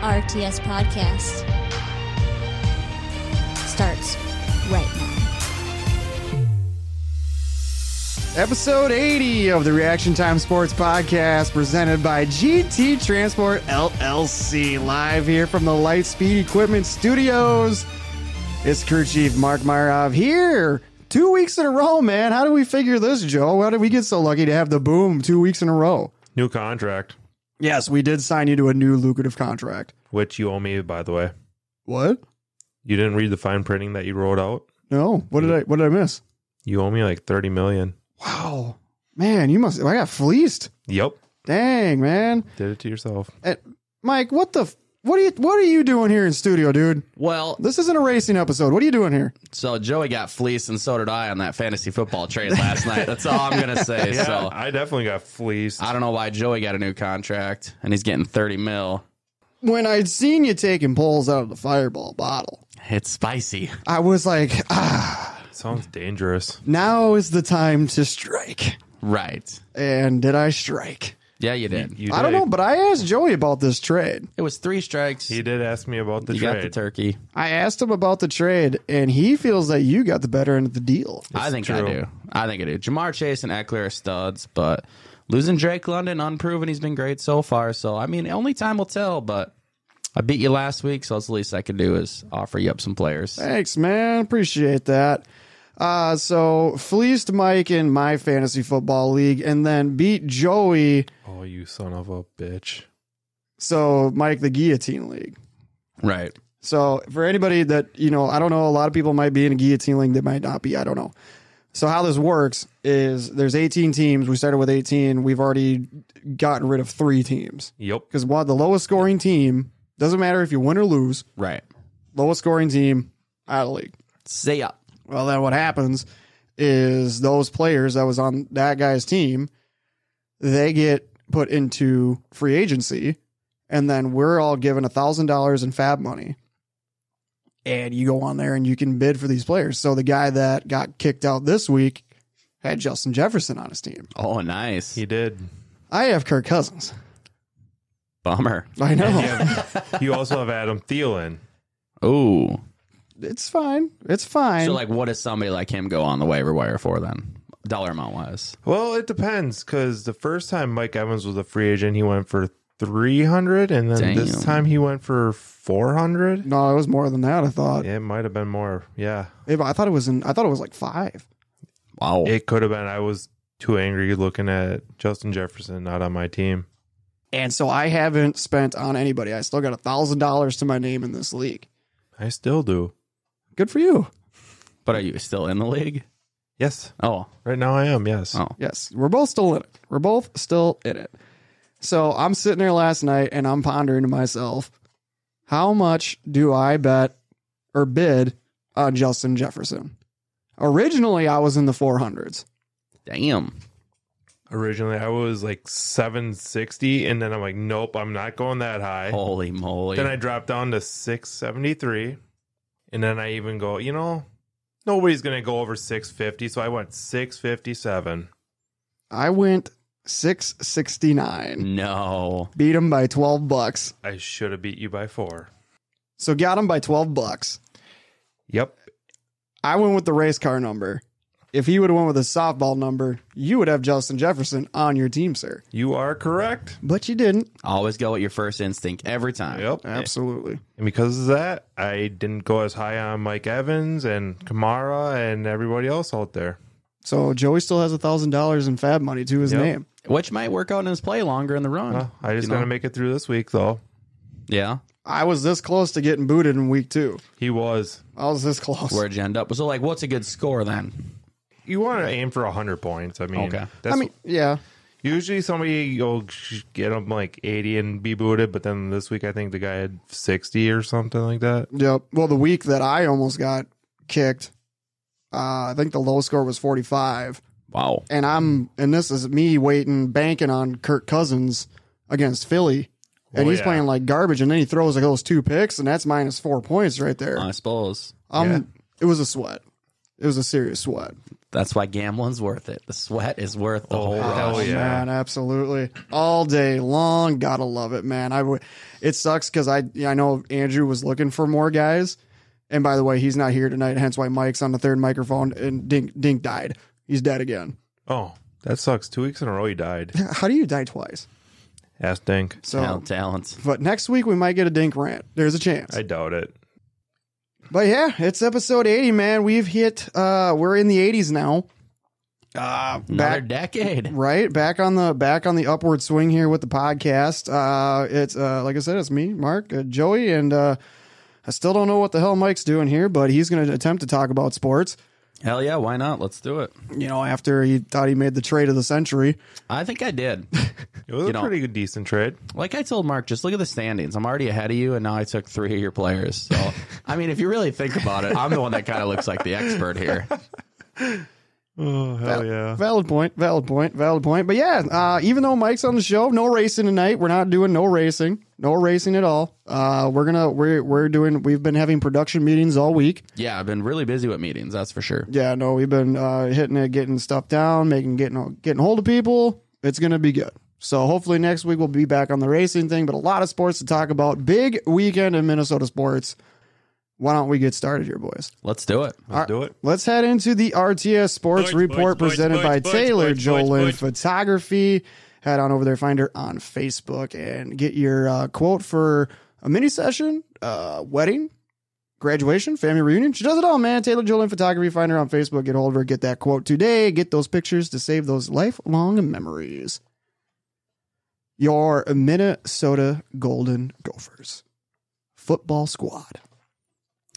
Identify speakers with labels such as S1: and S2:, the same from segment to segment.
S1: RTS podcast starts right now.
S2: Episode 80 of the Reaction Time Sports Podcast, presented by GT Transport LLC, live here from the Lightspeed Equipment Studios. It's crew chief Mark Myrov here. Two weeks in a row, man. How do we figure this, Joe? How did we get so lucky to have the boom two weeks in a row?
S3: New contract,
S2: Yes, we did sign you to a new lucrative contract.
S3: which you owe me, by the way.
S2: What?
S3: You didn't read the fine printing that you wrote out.
S2: No. What did I what did I miss?
S3: You owe me like thirty million.
S2: Wow. Man, you must I got fleeced.
S3: Yep,
S2: Dang, man.
S3: did it to yourself.
S2: Eh, Mike, what the f- what are you what are you doing here in studio, dude?
S4: Well,
S2: This isn't a racing episode. What are you doing here?
S4: so Joey got fleeced, and so did I on that fantasy football trade last night. That's all I'm gonna say.
S3: Yeah,
S4: So
S3: I definitely got fleeced.
S4: I don't know why Joey got a new contract and he's getting 30 mil.
S2: When I'd seen you taking pulls out of the fireball bottle,
S4: It's spicy.
S2: I was like, ah,
S3: Sounds dangerous.
S2: now is the time to strike.
S4: Right.
S2: And did I strike?
S4: Yeah, you did.
S3: You
S2: I don't
S3: did.
S2: know, but I asked Joey about this trade.
S4: it was three strikes.
S3: He
S4: You
S3: did ask me about the
S4: got the
S3: trade.
S4: turkey.
S2: I asked him about the trade, and he feels that you got the better end of the deal.
S4: I think I
S3: true.
S4: do. I think I do. Jamar Chase and Eckler are studs, but losing Drake London, unproven, he's been great so far. So, I mean, only time will tell, but I beat you last week, so that's the least I can do is offer you up some players.
S2: Thanks, man. Appreciate that. Uh, so fleeced Mike in my fantasy football league, and then beat Joey.
S3: oh, you son of a bitch!
S2: So Mike, the guillotine league.
S4: Right.
S2: So for anybody that you know, I don't know. A lot of people might be in a guillotine league. They might not be. I don't know. So how this works is there's 18 teams. We started with 18. We've already gotten rid of three teams
S3: Yep,
S2: because one the lowest scoring team doesn't matter if you win or lose.
S4: Right.
S2: Lowest scoring team out of the league.
S4: See ya.
S2: Well, then what happens is those players that was on that guy's team, they get put into free agency, and then we're all given a thousand dollars in fab money. And you go on there and you can bid for these players. So the guy that got kicked out this week had Justin Jefferson on his team.
S4: Oh, nice.
S3: he did.
S2: I have Kirk Cousins.
S4: Bummer.
S2: I know.
S3: You also have Adam Thielen.
S4: Ooh.
S2: It's fine. It's fine.
S4: So, like, what does somebody like him go on the waiver wire for then? Dollar amount wise.
S3: Well, it depends because the first time Mike Evans was a free agent, he went for three hundred, and then this
S4: Damn.
S3: time he went for four hundred.
S2: no, it was more than that. I thought.
S3: It might have been more. Yeah,
S2: If- I thought it was in. I thought it was like five.
S4: Wow.
S3: It could have been. I was too angry looking at Justin Jefferson not on my team.
S2: And so I haven't spent on anybody. I still got a thousand dollars to my name in this league.
S3: I still do.
S2: Good for you.
S4: but are you still in the league?
S3: Yes,
S4: Oh,
S3: right now I am. Yes.
S4: Oh.
S2: Yes, we're both still in it. We're both still in it. So I'm sitting there last night and I'm pondering to myself, how much do I bet or bid on Justin Jefferson? Originally, I was in the 400s.
S4: damn.
S3: Originally I was like 760, and then I'm like, nope, I'm not going that high.
S4: Holy moly.
S3: Then I dropped down to 673, and then I even go, you know, nobody's gonna go over 650, so I went 657.
S2: I went 669,
S4: no.
S2: beat him by 12 bucks.
S3: I should have beat you by four.
S2: So got him by 12 bucks.
S3: Yep.
S2: I went with the race car number. If he would have went with a softball number, you would have Justin Jefferson on your team, sir.
S3: You are correct.
S2: But you didn't.
S4: Always go with your first instinct every time.
S3: Yep.
S2: Absolutely.
S3: And because of that, I didn't go as high on Mike Evans and Kamara and everybody else out there.
S2: So Joey still has a thousand dollars in fab money to his
S3: Yep.
S2: name.
S4: Which might work out in his play longer in the run.
S3: Well, I just
S4: You know?
S3: got to make it through this week, though.
S4: yeah.
S2: I was this close to getting booted in week two.
S3: He was.
S2: I was this close.
S4: Where'd you end up? So, like, what's a good score then?
S3: You want to aim for 100 points. I mean,
S4: Okay.
S3: that's
S2: I mean, yeah.
S3: usually somebody will get him like 80 and be booted, but then this week I think the guy had 60 or something like that.
S2: Yep. Well, the week that I almost got kicked, uh, I think the low score was forty five.
S4: Wow.
S2: And I'm and this is me waiting, banking on Kirk Cousins against Philly. And
S3: Oh,
S2: he's
S3: yeah.
S2: playing like garbage, and then he throws like those two picks, and that's minus four points right there.
S4: I suppose.
S2: Um,
S3: Uh, Yeah.
S2: it was a sweat. It was a serious sweat.
S4: That's why gambling's worth it. The sweat is worth the
S3: Oh,
S4: whole.
S3: wow. Hell
S2: Oh,
S3: yeah.
S2: man, absolutely, all day long. Gotta love it, man. I would. It sucks because I yeah, I know Andrew was looking for more guys, and by the way, he's not here tonight. Hence why Mike's on the third microphone, and Dink Dink died. He's dead again.
S3: Oh, that sucks. Two weeks in a row, he died.
S2: How do you die twice?
S3: Ass dank.
S2: So,
S4: Talent, talent.
S2: but next week we might get a Dink rant. There's a chance.
S3: I doubt it.
S2: but yeah, it's episode eighty, man. We've hit. uh We're in the eighties now.
S4: Another
S2: back-
S4: decade.
S2: Right back on the back on the upward swing here with the podcast. Uh, it's uh, like I said, it's me, Mark, uh, Joey, and uh, I still don't know what the hell Mike's doing here, but he's going to attempt to talk about sports.
S4: Hell yeah, why not? Let's do it.
S2: You know, after he thought he made the trade of the century,
S4: I think I did.
S3: It was
S4: You
S3: a
S4: know-
S3: pretty good, decent trade.
S4: like I told Mark, just look at the standings. I'm already ahead of you, and now I took three of your players. So, I mean, if you really think about it, I'm the one that kind of looks like the expert here.
S3: Oh, hell yeah.
S2: valid point, valid point, valid point. But yeah, uh, even though Mike's on the show, no racing tonight. We're not doing no racing, no racing at all. Uh, we're gonna we're we're doing. We've been having production meetings all week.
S4: Yeah, I've been really busy with meetings. That's for sure.
S2: Yeah, no, we've been uh, hitting it, getting stuff down, making getting getting hold of people. It's gonna be good. So hopefully next week we'll be back on the racing thing, but a lot of sports to talk about. Big weekend in Minnesota sports. Why don't we get started here, boys?
S4: Let's do it.
S3: Let's do it.
S2: Let's head into the RTS Sports
S5: Sports,
S2: Report
S5: sports,
S2: presented
S5: sports,
S2: by
S5: sports,
S2: Taylor
S5: sports,
S2: Jolin
S5: sports, sports.
S2: Photography. Head on over there, find her on Facebook, and get your uh, quote for a mini session, uh, wedding, graduation, family reunion. She does it all, man. Taylor Jolin Photography. Find her on Facebook. Get hold of her. Get that quote today. Get those pictures to save those lifelong memories. Your Minnesota Golden Gophers football squad,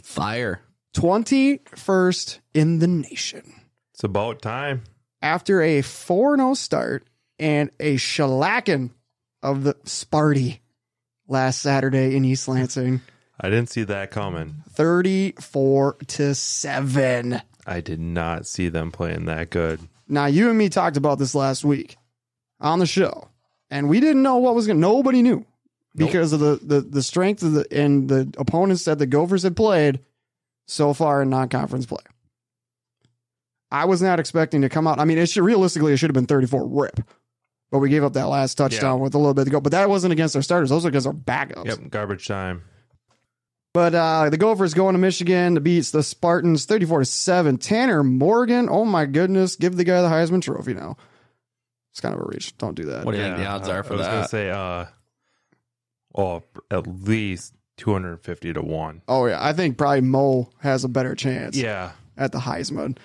S4: Fire.
S2: 21st in the nation.
S3: It's about time.
S2: after a 4 0 start and a shellacking of the Sparty last Saturday in East Lansing,
S3: I didn't see that coming.
S2: 34 to 7.
S3: I did not see them playing that good.
S2: Now, you and me talked about this last week on the show, and we didn't know what was going to, nobody knew because of the, the, the strength of the, and the opponents that the Gophers had played so far in non conference play. I was not expecting to come out. I mean, it should, realistically, it should have been 34 rip, but we gave up that last touchdown with a little bit to go. But that wasn't against our starters, those were against our backups.
S3: Yep, garbage time.
S2: But uh, the Gophers going to Michigan to beat the Spartans 34 to 7. Tanner Morgan, oh my goodness, give the guy the Heisman Trophy now. It's kind of a reach. Don't do that.
S4: What do you think the odds
S3: I-
S4: are for
S3: I was
S4: that?
S3: gonna say, uh, oh, at least two hundred and fifty to one.
S2: Oh, yeah. I think probably Mo has a better chance
S3: Yeah,
S2: at the Heisman.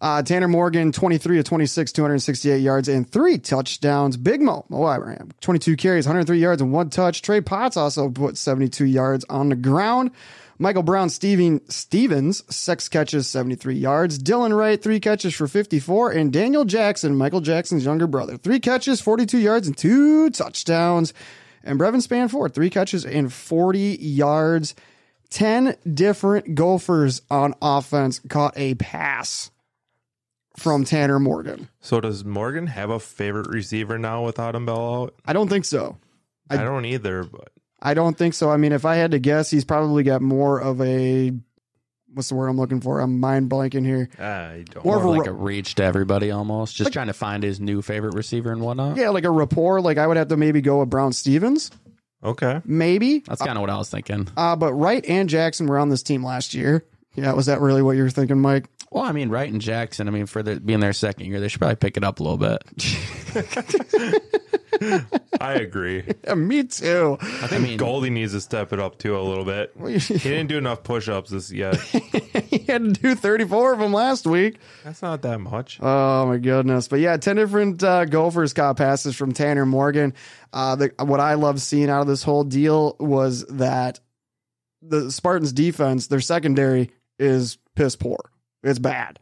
S2: Uh, Tanner Morgan, 23 to 26, 268 yards and three touchdowns. Big Mo, Mo Abraham, 22 carries, 103 yards and one touch. Trey Potts also put 72 yards on the ground. Michael Brown, Steven, Stevens, six catches, 73 yards. Dylan Wright, three catches for 54. And Daniel Jackson, Michael Jackson's younger brother, three catches, 42 yards and two touchdowns. And Brevin Spanford, three catches and 40 yards. 10 different Gophers on offense caught a pass from Tanner Morgan.
S3: So does Morgan have a favorite receiver now without him Bell out?
S2: I don't think so.
S3: I, don't either. But
S2: I don't think so. I mean, if I had to guess, he's probably got more of a what's the word I'm looking for? I'm mind blanking here.
S3: ah, I don't.
S2: Or-
S4: More like a reach to everybody almost. Just trying to find his new favorite receiver and whatnot.
S2: Yeah, like a rapport. Like I would have to maybe go with Brown Stevens,
S3: okay,
S2: maybe.
S4: That's kind of what I was thinking.
S2: Uh, but Wright and Jackson were on this team last year. Yeah, was that really what you were thinking, Mike?
S4: Well, I mean, Wright and Jackson, I mean, for the, being their second year, they should probably pick it up a little bit.
S3: I agree.
S2: Yeah, me too.
S4: I think
S3: Goldie needs to step it up too a little bit. He didn't do enough push-ups this yet.
S2: he had to do 34 of them last week.
S3: That's not that much.
S2: Oh my goodness! But yeah, ten different uh, Gophers caught passes from Tanner Morgan. Uh, the, what I love seeing out of this whole deal was that the Spartans' defense, their secondary, is piss poor. It's bad,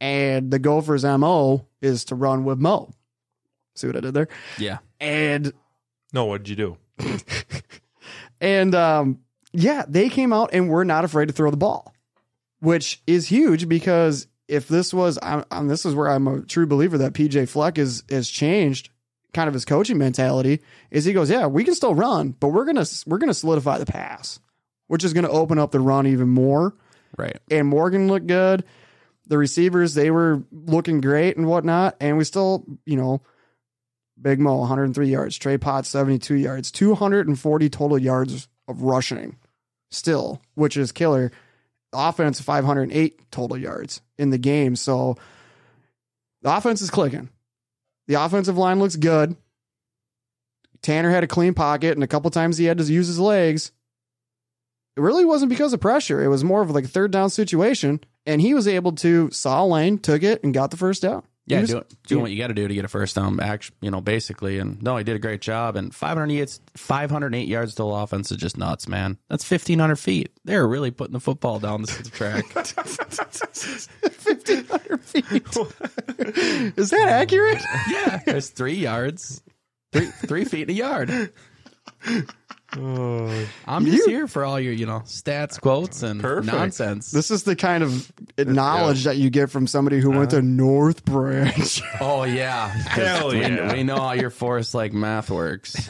S2: and the Gophers' mo is to run with Mo. See what I did there?
S4: Yeah.
S2: And
S3: No, what'd you do?
S2: and um, yeah, they came out and were not afraid to throw the ball, which is huge because if this was, I'm, I'm, this is where I'm a true believer that PJ Fleck is has changed kind of his coaching mentality. Is he goes, yeah, we can still run, but we're gonna we're gonna solidify the pass, which is gonna open up the run even more
S4: Right.
S2: and Morgan looked good. The receivers, they were looking great and whatnot. And we still, you know, Big Mo, 103 yards, Trey Potts, 72 yards, 240 total yards of rushing still, which is killer. Offense, 508 total yards in the game. So the offense is clicking. The offensive line looks good. Tanner had a clean pocket, and a couple times he had to use his legs it really wasn't because of pressure. It was more of like a third down situation, and he was able to saw a lane, took it, and got the first down. He
S4: Yeah,
S2: was-
S4: doing, doing what you got to do to get a first down, act- you know, basically. And no, he did a great job. And 508, 508 yards total offense is just nuts, man. That's 1,500 feet. They're really putting the football down this track.
S2: fifteen hundred feet. is that accurate?
S4: yeah, there's three yards, three, three feet a yard.
S3: Oh,
S4: I'm just here for all your, you know, stats, quotes, and
S3: Perfect.
S4: nonsense.
S2: This is the kind of knowledge that you get from somebody who went to North Branch.
S4: oh, yeah.
S3: Hell
S4: We-
S3: yeah.
S4: We know how your force like math works.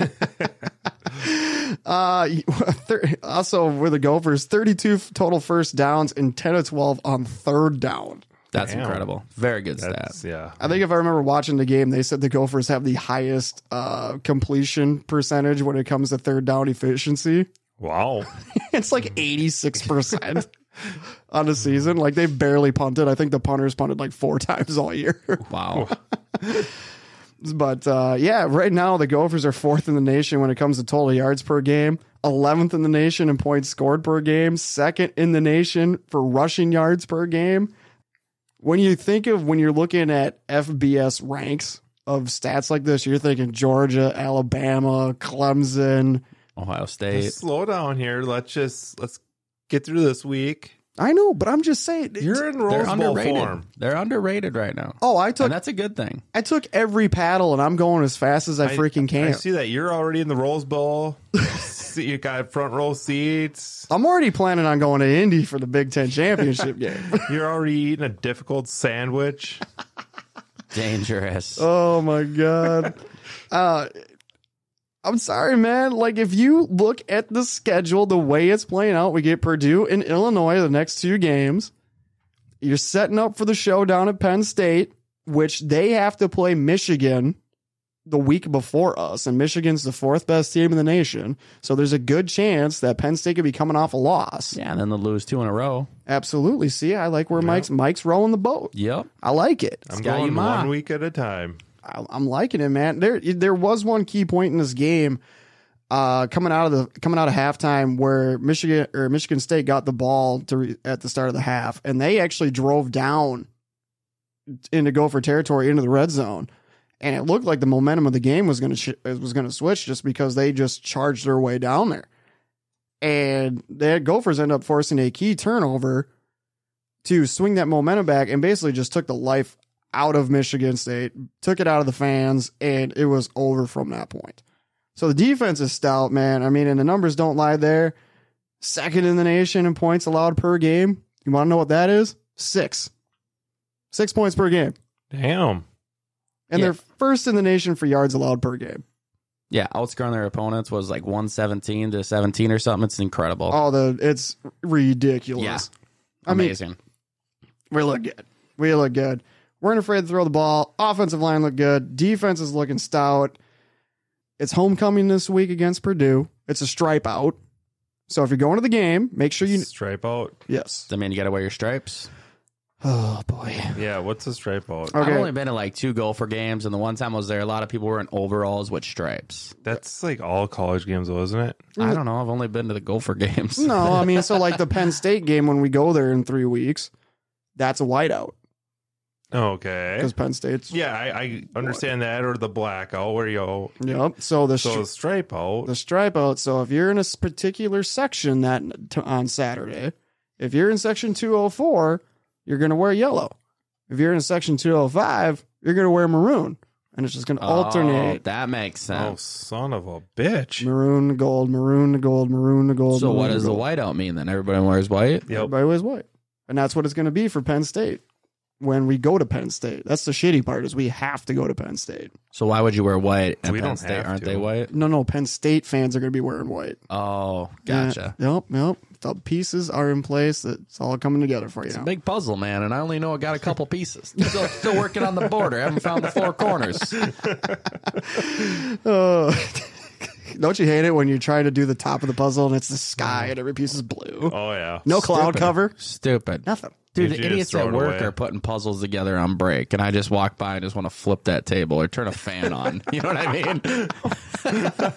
S2: Uh, you- thir- also with the Gophers, thirty-two f- total first downs and ten to twelve on third down.
S4: That's
S3: Damn.
S4: incredible. Very good stats.
S3: that's yeah.
S2: I think if I remember watching the game, they said the Gophers have the highest uh, completion percentage when it comes to third down efficiency.
S3: Wow.
S2: It's like 86% on a season. Like they barely punted. I think the punters punted like four times all year.
S4: Wow.
S2: but uh, yeah, right now the Gophers are fourth in the nation when it comes to total yards per game, 11th in the nation in points scored per game, second in the nation for rushing yards per game. When you think of when you're looking at FBS ranks of stats like this, you're thinking Georgia, Alabama, Clemson.
S4: Ohio
S3: Just
S4: State.
S3: slow down here. Let's just let's get through this week.
S2: I know, but I'm just saying.
S3: You're in
S4: They're
S3: Rose Bowl
S4: underrated.
S3: form.
S4: They're underrated right now.
S2: oh, I took
S4: and that's a good thing.
S2: I took every paddle and I'm going as fast as I, freaking
S3: I
S2: can.
S3: see that you're already in the Rose Bowl. see, you got front row seats.
S2: I'm already planning on going to Indy for the Big Ten championship game.
S3: You're already eating a difficult sandwich.
S4: Dangerous.
S2: oh my god. Uh, I'm sorry, man. Like if you look at the schedule, the way it's playing out, we get Purdue and Illinois the next two games. You're setting up for the showdown at Penn State, which they have to play Michigan the week before us, and Michigan's the fourth best team in the nation. So there's a good chance that Penn State could be coming off a loss.
S4: Yeah, and then they'll lose two in a row.
S2: Absolutely. See, I like where Mike's Mike's rowing the boat.
S4: Yep.
S2: I like it.
S3: I'm
S4: got you,
S3: going
S4: Ma.
S3: one week at a time.
S2: I- I'm liking it, man. There there was one key point in this game uh, coming out of the coming out of halftime where Michigan or Michigan State got the ball to re, at the start of the half, and they actually drove down into Gopher territory into the red zone, and it looked like the momentum of the game was going to was going to switch just because they just charged their way down there, and the Gophers end up forcing a key turnover to swing that momentum back, and basically just took the life out of Michigan State, took it out of the fans, and it was over from that point. So the defense is stout, man. I mean, and the numbers don't lie there. Second in the nation in points allowed per game. You want to know what that is? Six. Six points per game.
S3: Damn.
S2: And
S4: Yeah.
S2: they're first in the nation for yards allowed per game.
S4: Yeah, outscoring their opponents was like 117 to 17 or something. It's incredible.
S2: Oh, the it's ridiculous.
S4: Yeah.
S2: I mean,
S4: Amazing.
S2: we look good. We look good. We're not afraid to throw the ball. Offensive line look good. Defense is looking stout. It's homecoming this week against Purdue. It's a stripe out. So if you're going to the game, make sure you
S3: Stripe out.
S2: yes.
S4: I mean, you got to wear your stripes.
S2: Oh boy.
S3: Yeah, what's a stripe out?
S2: Okay.
S4: I've only been to like two Gopher games, and the one time I was there, a lot of people were in overalls with stripes.
S3: That's like all college games, though, isn't it?
S4: I don't know. I've only been to the Gopher games.
S2: Mm. No, I mean so like the Penn State game when we go there in three weeks, that's a whiteout
S3: Okay.
S2: because Penn State's
S3: Eh? Yeah, I, I understand that, or the blackout where you
S2: Yep. So the
S3: so
S2: stri-
S3: a stripe out.
S2: the stripe out. So if you're in a s- particular section that t- on Saturday, if you're in section 204, you're going to wear yellow. If you're in section 205, you're going to wear maroon, and it's just going to
S4: Oh,
S2: alternate
S4: that makes
S3: Oh,
S4: sense.
S3: son of a bitch.
S2: maroon to gold, maroon to gold, maroon to gold.
S4: so,
S2: maroon
S4: what
S2: to
S4: does the
S2: gold.
S4: whiteout mean then? Everybody wears white?
S3: Yep.
S2: Everybody wears white, and that's what it's going to be for Penn State. when we go to Penn State. That's the shitty part is we have to go to Penn State.
S4: So why would you wear white at
S3: We
S4: Penn
S3: don't
S4: State?
S3: have
S4: Aren't
S3: to.
S4: they white?
S2: No, no, Penn State fans are going to be wearing white.
S4: Oh, gotcha.
S2: Yeah, Yep, yep. The pieces are in place. It's all coming together for you.
S4: It's a
S2: now.
S4: big puzzle, man, and I only know I got a couple pieces. Still, still working on the border. Haven't found the four corners.
S2: Uh, don't you hate it when you try to do the top of the puzzle and it's the sky and every piece is blue?
S3: Oh yeah.
S2: No cloud
S4: Stupid.
S2: cover.
S4: Stupid.
S2: Nothing.
S4: Dude,
S3: Did
S4: the
S3: you just
S4: idiots
S3: throw
S4: at
S3: it
S4: work
S3: away?
S4: are putting puzzles together on break, and I just walk by and just want to flip that table or turn a fan on. You know what I mean?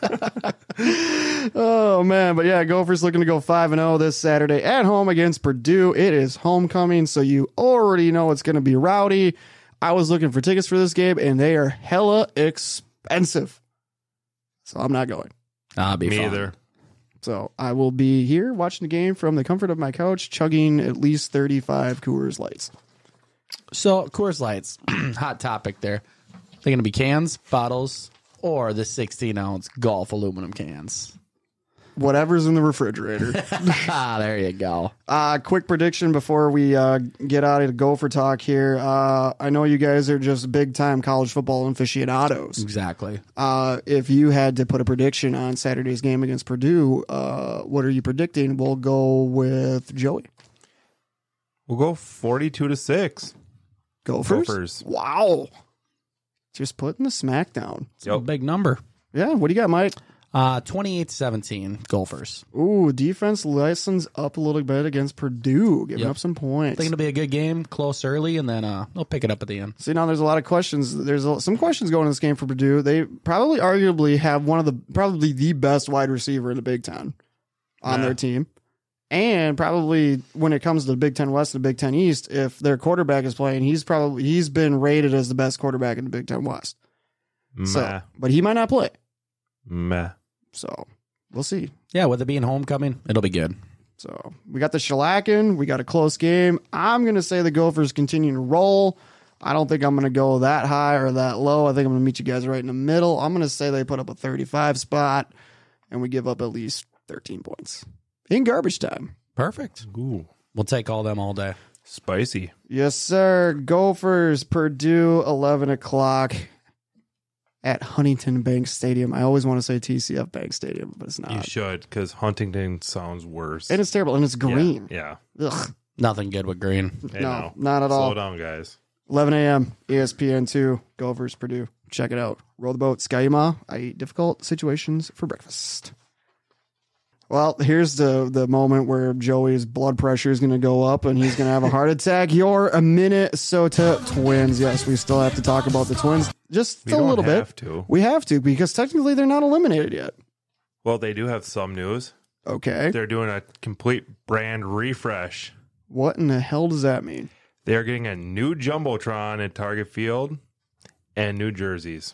S2: Oh man, but yeah, Gophers looking to go five and zero this Saturday at home against Purdue. It is homecoming, so you already know it's going to be rowdy. I was looking for tickets for this game, and they are hella expensive, so I'm not going.
S4: I'll be
S3: Me
S4: fine.
S3: either.
S2: So I will be here watching the game from the comfort of my couch, chugging at least 35 Coors Lights.
S4: So, Coors Lights, hot topic there. They're going to be cans, bottles, or the 16 ounce golf aluminum cans.
S2: Whatever's in the refrigerator.
S4: ah, there you go.
S2: Uh, quick prediction before we uh, get out of the gopher talk here. Uh, I know you guys are just big time college football aficionados.
S4: Exactly.
S2: Uh, if you had to put a prediction on Saturday's game against Purdue, uh, what are you predicting? We'll go with Joey.
S3: We'll go forty-two to six.
S2: Gophers?
S3: Gophers.
S2: Wow. Just putting the smack down.
S4: It's a big number.
S2: Yeah, what do you got, Mike?
S4: Uh, 28 17, Gophers.
S2: Ooh, defense lessens up a little bit against Purdue, giving
S4: Yep.
S2: up some points.
S4: think it'll be a good game, close early, and then uh, they'll pick it up at the end.
S2: See, now there's a lot of questions. There's a, some questions going in this game for Purdue. They probably, arguably, have one of the probably the best wide receiver in the Big Ten on
S3: Yeah.
S2: their team, and probably when it comes to the Big Ten West and the Big Ten East, if their quarterback is playing, he's probably he's been rated as the best quarterback in the Big Ten West.
S3: Meh.
S2: So, but he might not play.
S3: Meh.
S2: So we'll see.
S4: Yeah, with it being homecoming, it'll be good.
S2: So we got the shellacking. We got a close game. I'm going to say the Gophers continue to roll. I don't think I'm going to go that high or that low. I think I'm going to meet you guys right in the middle. I'm going to say they put up a 35 spot and we give up at least 13 points in garbage time.
S4: Perfect.
S3: Ooh.
S4: We'll take all them all day.
S3: Spicy.
S2: Yes, sir. Gophers, Purdue, 11 o'clock at Huntington Bank Stadium. I always want to say TCF Bank Stadium, but it's
S3: you
S2: not.
S3: should, because Huntington sounds worse.
S2: And it's terrible. And it's
S3: Yeah,
S2: green.
S3: Yeah.
S2: Ugh.
S4: Nothing good with green.
S2: No,
S3: I know.
S2: not at all.
S3: Slow down, guys.
S2: 11 a.m. ESPN two Gophers Purdue. Check it out. Roll the boat, Skyuma. I eat difficult situations for breakfast. Well, here's the the moment where Joey's blood pressure is going to go up and he's going to have a heart attack. You're a Minnesota Twins. Yes, we still have to talk about the Twins just
S3: We
S2: a
S3: don't
S2: little bit.
S3: have to.
S2: We have to because technically they're not eliminated yet.
S3: Well, they do have some news.
S2: Okay.
S3: They're doing a complete brand refresh.
S2: What in the hell does that mean?
S3: They are getting a new jumbotron at Target Field and new jerseys.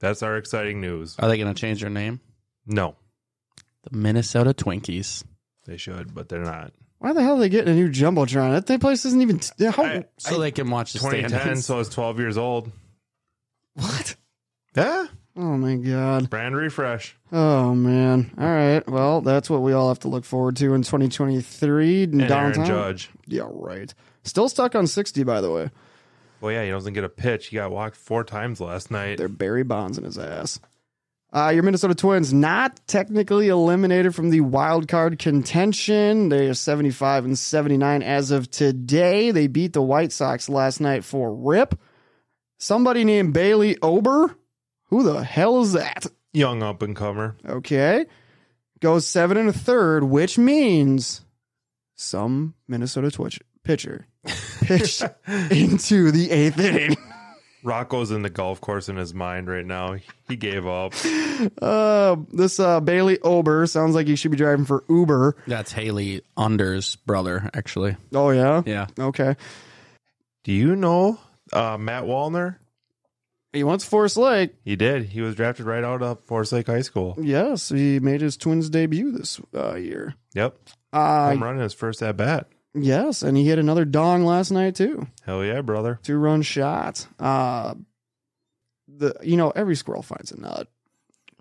S3: That's our exciting news.
S4: Are they going to change their name?
S3: No,
S4: The Minnesota Twinkies.
S3: they should, but they're not.
S2: Why the hell are they getting a new jumbotron? That- That place isn't even. T- how,
S3: I-
S4: So they can watch the
S3: 2010,
S4: standings.
S3: so it's 12 years old.
S2: what?
S3: Yeah,
S2: Oh my god.
S3: brand refresh.
S2: Oh man! All right. Well, that's what we all have to look forward to in 2023.
S3: And
S2: downtown.
S3: Aaron Judge.
S2: Yeah, right. Still stuck on 60, by the way.
S3: Well, yeah, he doesn't get a pitch. He got walked four times last night.
S2: They're Barry Bonds in his ass. Uh, your Minnesota Twins not technically eliminated from the wild card contention. They are 75 and 79 as of today. They beat the White Sox last night for rip. Somebody named Bailey Ober. Who the hell is that?
S3: Young up and comer.
S2: Okay. Goes seven and a third, which means some Minnesota Twitch pitcher pitched into the eighth inning.
S3: Rocco's in the golf course in his mind right now. He gave up.
S2: Uh, this uh, Bailey Ober sounds like he should be driving for Uber.
S4: That's Haley Under's brother, actually.
S2: Oh, yeah?
S4: Yeah.
S2: Okay.
S3: Do you know uh, Matt Wallner?
S2: He wants Forest Lake.
S3: He did. He was drafted right out of Forest Lake High School.
S2: Yes, he made his Twins debut this uh, year.
S3: Yep.
S2: Uh,
S3: I'm running his first at bat.
S2: yes, and he hit another dong last night, too.
S3: Hell yeah, brother.
S2: Two run shot. Uh, the You know, every squirrel finds a nut.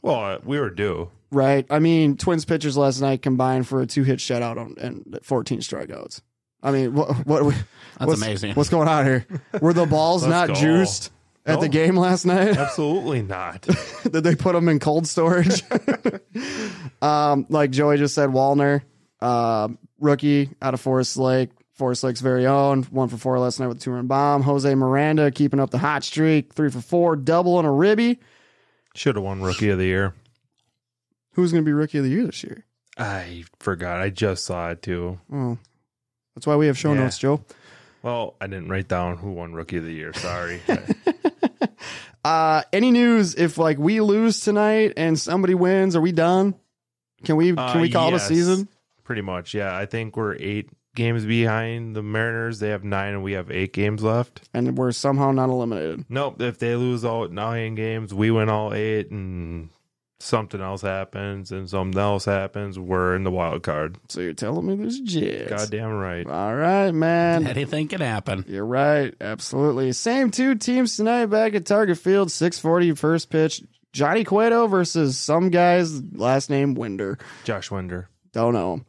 S3: Well, uh, we were due.
S2: Right. I mean, Twins pitchers last night combined for a two hit shutout on, and 14 strikeouts. I mean, what what
S4: That's
S2: what's,
S4: amazing.
S2: What's going on here? Were the balls
S3: Let's
S2: not
S3: go.
S2: juiced at
S3: No.
S2: the game last night?
S3: Absolutely not.
S2: Did they put them in cold storage? um, like Joey just said, Walner, um, rookie out of Forest Lake, Forest Lake's very own, one for four last night with a two run bomb. Jose Miranda keeping up the hot streak, three for four, double and a ribby.
S3: Should have won Rookie of the Year.
S2: Who's going to be rookie of the year this year?
S3: I forgot. I just saw it too.
S2: Oh, that's why we have show
S3: Yeah.
S2: notes, Joe.
S3: Well, I didn't write down who won Rookie of the Year. Sorry.
S2: Uh, any news if like we lose tonight and somebody wins? Are we done? Can we
S3: Uh,
S2: can we call
S3: yes,
S2: it a season?
S3: Pretty much. Yeah. I think we're eight games behind the Mariners. They have nine, and we have eight games left.
S2: And we're somehow not eliminated.
S3: Nope. If they lose all nine games, we win all eight, and something else happens, and something else happens, we're in the wild card.
S2: So you're telling me there's a chance?
S3: Goddamn right.
S2: All right, man.
S4: Anything can happen.
S2: You're right. Absolutely. Same two teams tonight back at Target Field, 640 first pitch. Johnny Cueto versus some guy's last name Winder.
S3: Josh Winder
S2: Don't know him.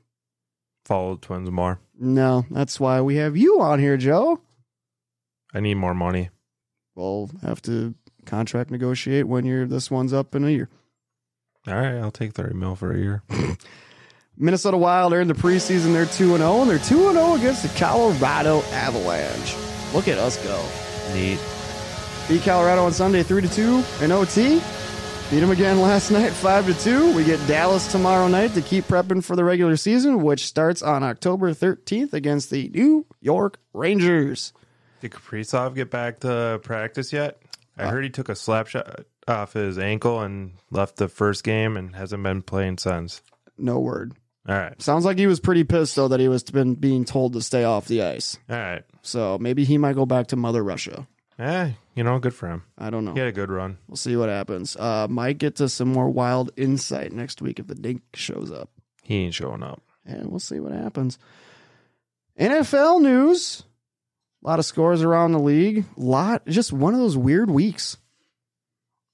S3: followed Twins more.
S2: No, that's why we have you on here, Joe.
S3: I need more money.
S2: We'll have to contract negotiate when your this one's up in a year.
S3: All right, I'll take thirty mil for a year.
S2: Minnesota Wild earned the preseason. They're 2 0, and they're 2 0 against the Colorado Avalanche. Look at us go.
S3: Neat.
S2: Beat Colorado on Sunday 3 to 2 in OT. Beat them again last night 5 to 2. We get Dallas tomorrow night to keep prepping for the regular season, which starts on October 13th against the New York Rangers.
S3: Did Kaprizov get back to practice yet? I heard he took a slap shot off his ankle and left the first game and hasn't been playing since.
S2: No word.
S3: All right.
S2: Sounds like he was pretty pissed though that he was been being told to stay off the ice.
S3: All right.
S2: So maybe he might go back to Mother Russia.
S3: Eh, you know, good for him.
S2: I don't know.
S3: He had a good run.
S2: We'll see what happens. Uh, might get to some more wild insight next week if the dink shows up.
S3: He ain't showing up.
S2: and we'll see what happens. NFL news. A lot of scores around the league. Lot just one of those weird weeks.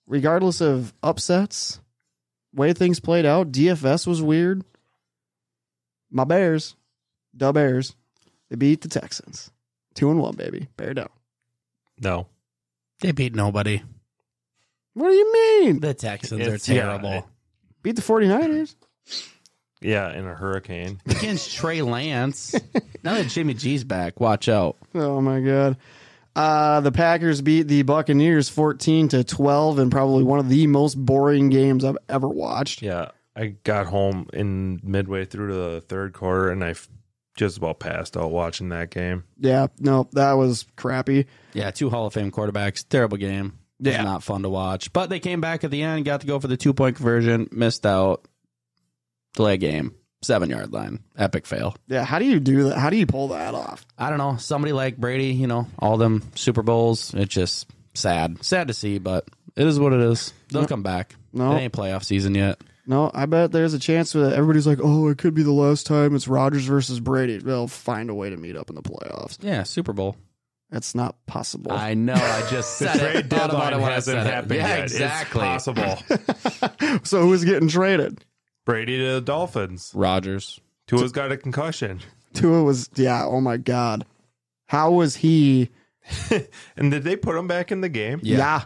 S2: Regardless of upsets, way things played out, DFS was weird. My Bears, the Bears, they beat the Texans. Two and one, baby. Bear down.
S3: No.
S4: They beat nobody.
S2: What do you mean?
S4: The Texans
S3: It's-
S4: are
S3: yeah,
S4: terrible.
S3: it-
S2: Beat the 49ers?
S3: Yeah, in a hurricane.
S4: Against Trey Lance. now that Jimmy G's back, watch out.
S2: Oh my god. Uh, the Packers beat the Buccaneers 14 to 12 in probably one of the most boring games I've ever watched.
S3: Yeah. I got home in midway through the third quarter and I f- just about passed out watching that game.
S2: Yeah, no, that was crappy.
S4: Yeah, two Hall of Fame quarterbacks. Terrible game. It was
S2: Yeah.
S4: Not fun to watch. But they came back at the end, got to go for the two point conversion, missed out. Delay game. Seven yard line. Epic fail.
S2: Yeah, how do you do that? How do you pull that off?
S4: I don't know. Somebody like Brady, you know, all them Super Bowls. It's just sad. Sad to see, but it is what it is. They'll come back.
S2: No.
S4: It ain't playoff season yet.
S2: No, I bet there's a chance that everybody's like, "Oh, it could be the last time it's Rodgers versus Brady." They'll find a way to meet up in the playoffs.
S4: Yeah, Super Bowl.
S2: That's not possible.
S4: I know. I just said it. Thought about it when I said it. Yeah, exactly.
S3: It's possible.
S2: so who's getting traded?
S3: Brady to the Dolphins.
S4: Rogers.
S3: Tua's got a concussion.
S2: Tua was yeah, oh my god. How was he?
S3: And did they put him back in the game?
S4: Yeah.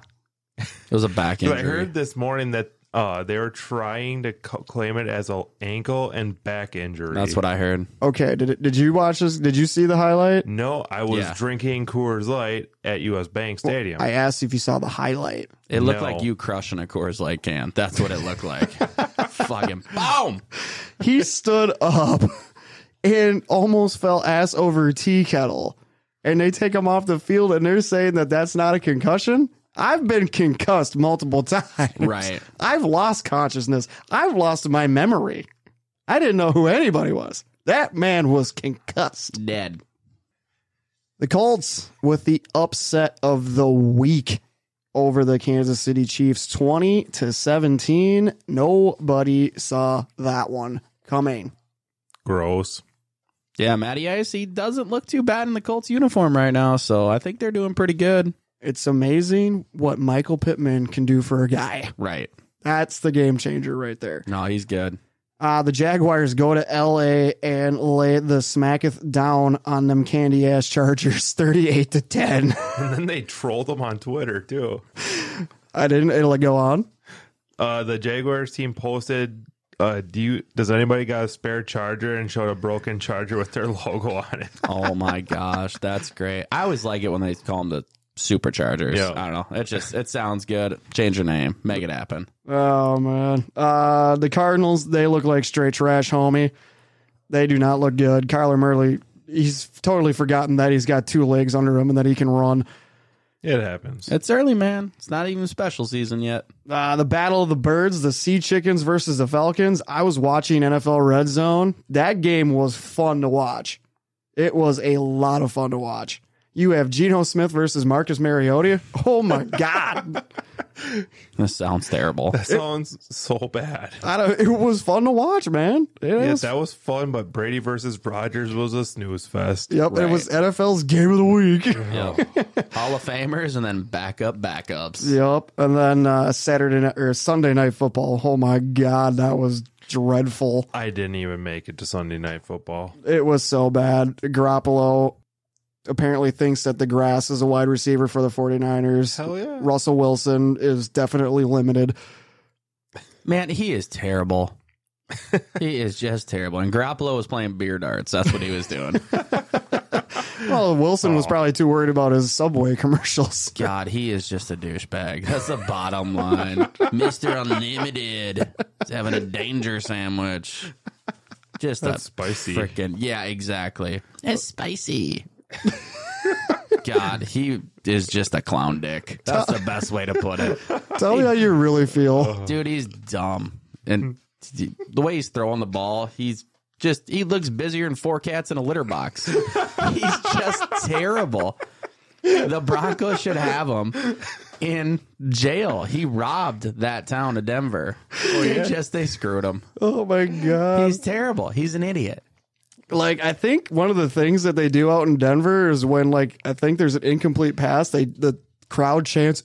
S2: yeah.
S4: It was a back
S3: Dude,
S4: injury.
S3: I heard this morning that uh, they were trying to co- claim it as a ankle and back injury.
S4: That's what I heard.
S2: Okay, did it, did you watch this? Did you see the highlight?
S3: No, I was
S4: Yeah.
S3: drinking Coors Light at U.S. Bank Stadium.
S2: I asked if you saw the highlight.
S4: It looked
S3: No.
S4: like you crushing a Coors Light can. That's what it looked like. Fucking boom.
S2: He stood up and almost fell ass over a tea kettle. And they take him off the field and they're saying that that's not a concussion. I've been concussed multiple times.
S4: Right.
S2: I've lost consciousness. I've lost my memory. I didn't know who anybody was. That man was concussed.
S4: Dead.
S2: The Colts with the upset of the week over the Kansas City Chiefs 20 to 17. Nobody saw that one coming.
S3: Gross.
S4: Yeah, Matty Ice, he doesn't look too bad in the Colts uniform right now, so I think they're doing pretty good.
S2: It's amazing what Michael Pittman can do for a guy.
S4: Right.
S2: That's the game changer right there.
S4: No, he's good.
S2: Uh, the Jaguars go to LA and lay the smacketh down on them candy ass Chargers 38 to 10.
S3: And then they troll them on Twitter too.
S2: I didn't. It'll go on.
S3: Uh, the Jaguars team posted, uh, "Do you? Does anybody got a spare charger?" And showed a broken charger with their logo on it.
S4: Oh my gosh, that's great. I always like it when they call them the superchargers.
S3: Yeah.
S4: I don't know. It just it sounds good. Change your name. Make it happen.
S2: Oh, man. Uh, the Cardinals, they look like straight trash, homie. They do not look good. Kyler Murray, he's totally forgotten that he's got two legs under him and that he can run.
S3: It happens.
S4: It's early, man. It's not even special season yet.
S2: Uh, the Battle of the Birds, the Sea Chickens versus the Falcons. I was watching NFL Red Zone. That game was fun to watch. It was a lot of fun to watch. You have Geno Smith versus Marcus Mariota. Oh my God.
S4: This sounds terrible.
S3: That sounds so bad.
S2: I don't, it was fun to watch, man. It
S3: Yeah,
S2: was
S3: that was fun, but Brady versus Rogers was a snooze fest.
S2: Yep, it
S4: Right.
S2: was NFL's game of the week.
S4: Yep. Hall of Famers and then backup backups.
S2: yep, and then uh, Saturday night or Sunday night football. Oh my god, that was dreadful.
S3: I didn't even make it to Sunday night football.
S2: It was so bad. Garoppolo apparently thinks that the grass is a wide receiver for the 49ers.
S3: Hell yeah.
S2: Russell Wilson is definitely limited.
S4: Man, he is terrible. he is just terrible. And Garoppolo was playing beer darts. That's what he was doing.
S2: Well, Wilson was probably too worried about his Subway commercials.
S4: God, he is just a douchebag. That's the bottom line. Mr. Unlimited is having a danger sandwich. Just
S3: That's
S4: a
S3: spicy.
S4: Freaking yeah, exactly. It's spicy. God, he is just a clown dick. That's the best way to put it.
S2: Tell me how you really feel.
S4: Dude, he's dumb.
S2: Hmm.
S4: And the way he's throwing the ball, he's just he looks busier than four cats in a litter box. he's just terrible. The Broncos should have him in jail. He robbed that town of Denver. They just they screwed him.
S2: Oh my god.
S4: He's terrible. He's an idiot.
S2: like I think one of the things that they do out in Denver is when like I think there's an incomplete pass, they the crowd chants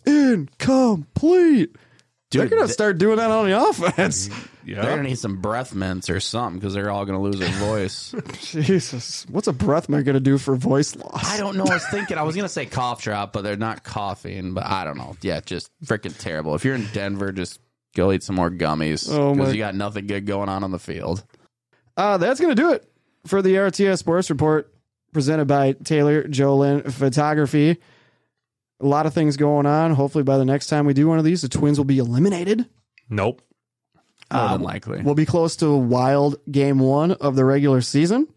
S2: incomplete. they're
S4: Dude,
S2: gonna
S4: th-
S2: start doing that on the offense.
S4: They're
S3: Yeah.
S4: gonna need some breath mints or something because they're all gonna lose their voice.
S2: Jesus, what's a breath mint gonna do for voice loss?
S4: I don't know. I was thinking I was gonna say cough drop, but they're not coughing. But I don't know. Yeah, just freaking terrible. If you're in Denver, just go eat some more gummies
S2: Oh, my-
S4: because you got nothing good going on on the field.
S2: Uh, that's gonna do it for the RTS Sports Report presented by Taylor Jolin Photography. A lot of things going on. Hopefully, by the next time we do one of these, the Twins will be eliminated.
S3: Nope.
S4: More
S2: Um,
S4: than likely.
S2: We'll be close to wild game one of the regular season.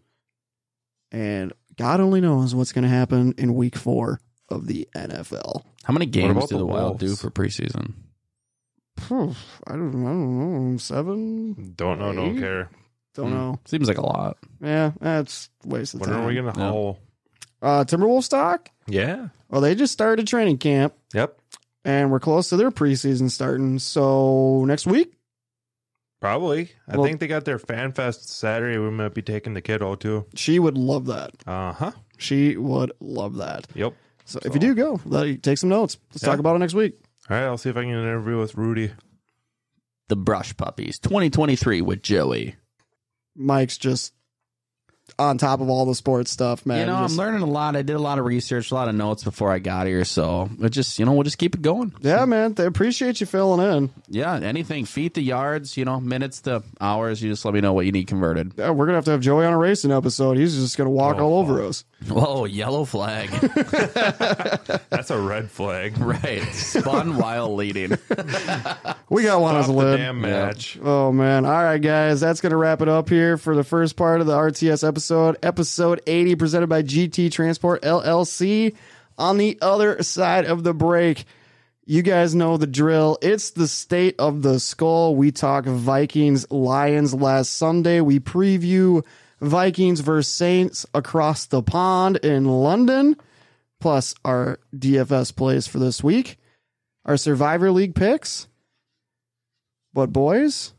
S2: And God only knows what's going to happen in week four of the NFL.
S4: How many games
S3: about
S4: do the,
S3: the
S4: Wild do
S3: Wolves?
S4: for preseason?
S2: Phew, I don't, I don't know. Seven?
S3: Don't know. Don't
S2: Hey.
S3: care.
S2: Don't
S4: Hmm.
S2: know.
S4: Seems like a lot.
S2: Yeah, that's a waste of
S3: When
S2: time.
S3: are we gonna
S4: Yeah.
S3: howl?
S2: uh, Timberwolves stock?
S3: Yeah.
S2: Well, they just started training camp
S3: Yep.
S2: and we're close to their preseason starting. So next week,
S3: Probably. I
S2: Well-
S3: think they got their fan fest Saturday. We might be taking the kiddo too.
S2: she would love that.
S3: Uh huh.
S2: She would love that.
S3: Yep.
S2: So, if you do go, let- take some notes. Let's
S3: Yeah.
S2: talk about it next week.
S3: All right. I'll see if I can get an interview with Rudy.
S4: The Brush Puppies 2023 with Joey.
S2: Mike's just on top of all the sports stuff, man.
S4: you know,
S2: Just-
S4: I'm learning a lot. I did a lot of research, a lot of notes before I got here. So it just, you know, we'll just keep it going.
S2: yeah, man. They appreciate you filling in.
S4: Yeah, anything feet to yards, you know, minutes to hours. You just let me know what you need converted.
S2: Yeah, we're gonna have to have Joey on a racing episode. He's just gonna walk
S3: Oh,
S2: all over us.
S4: Whoa, yellow flag.
S3: That's a red flag.
S4: Right. Spun while leading.
S2: We got one
S3: Stop
S2: as a
S3: the
S2: lid.
S3: damn match.
S2: Oh man! All right, guys, that's gonna wrap it up here for the first part of the RTS episode, episode eighty, presented by GT Transport LLC. On the other side of the break, you guys know the drill. It's the state of the skull. We talk Vikings Lions last Sunday. We preview Vikings versus Saints across the pond in London, plus our DFS plays for this week, our Survivor League picks. But boys,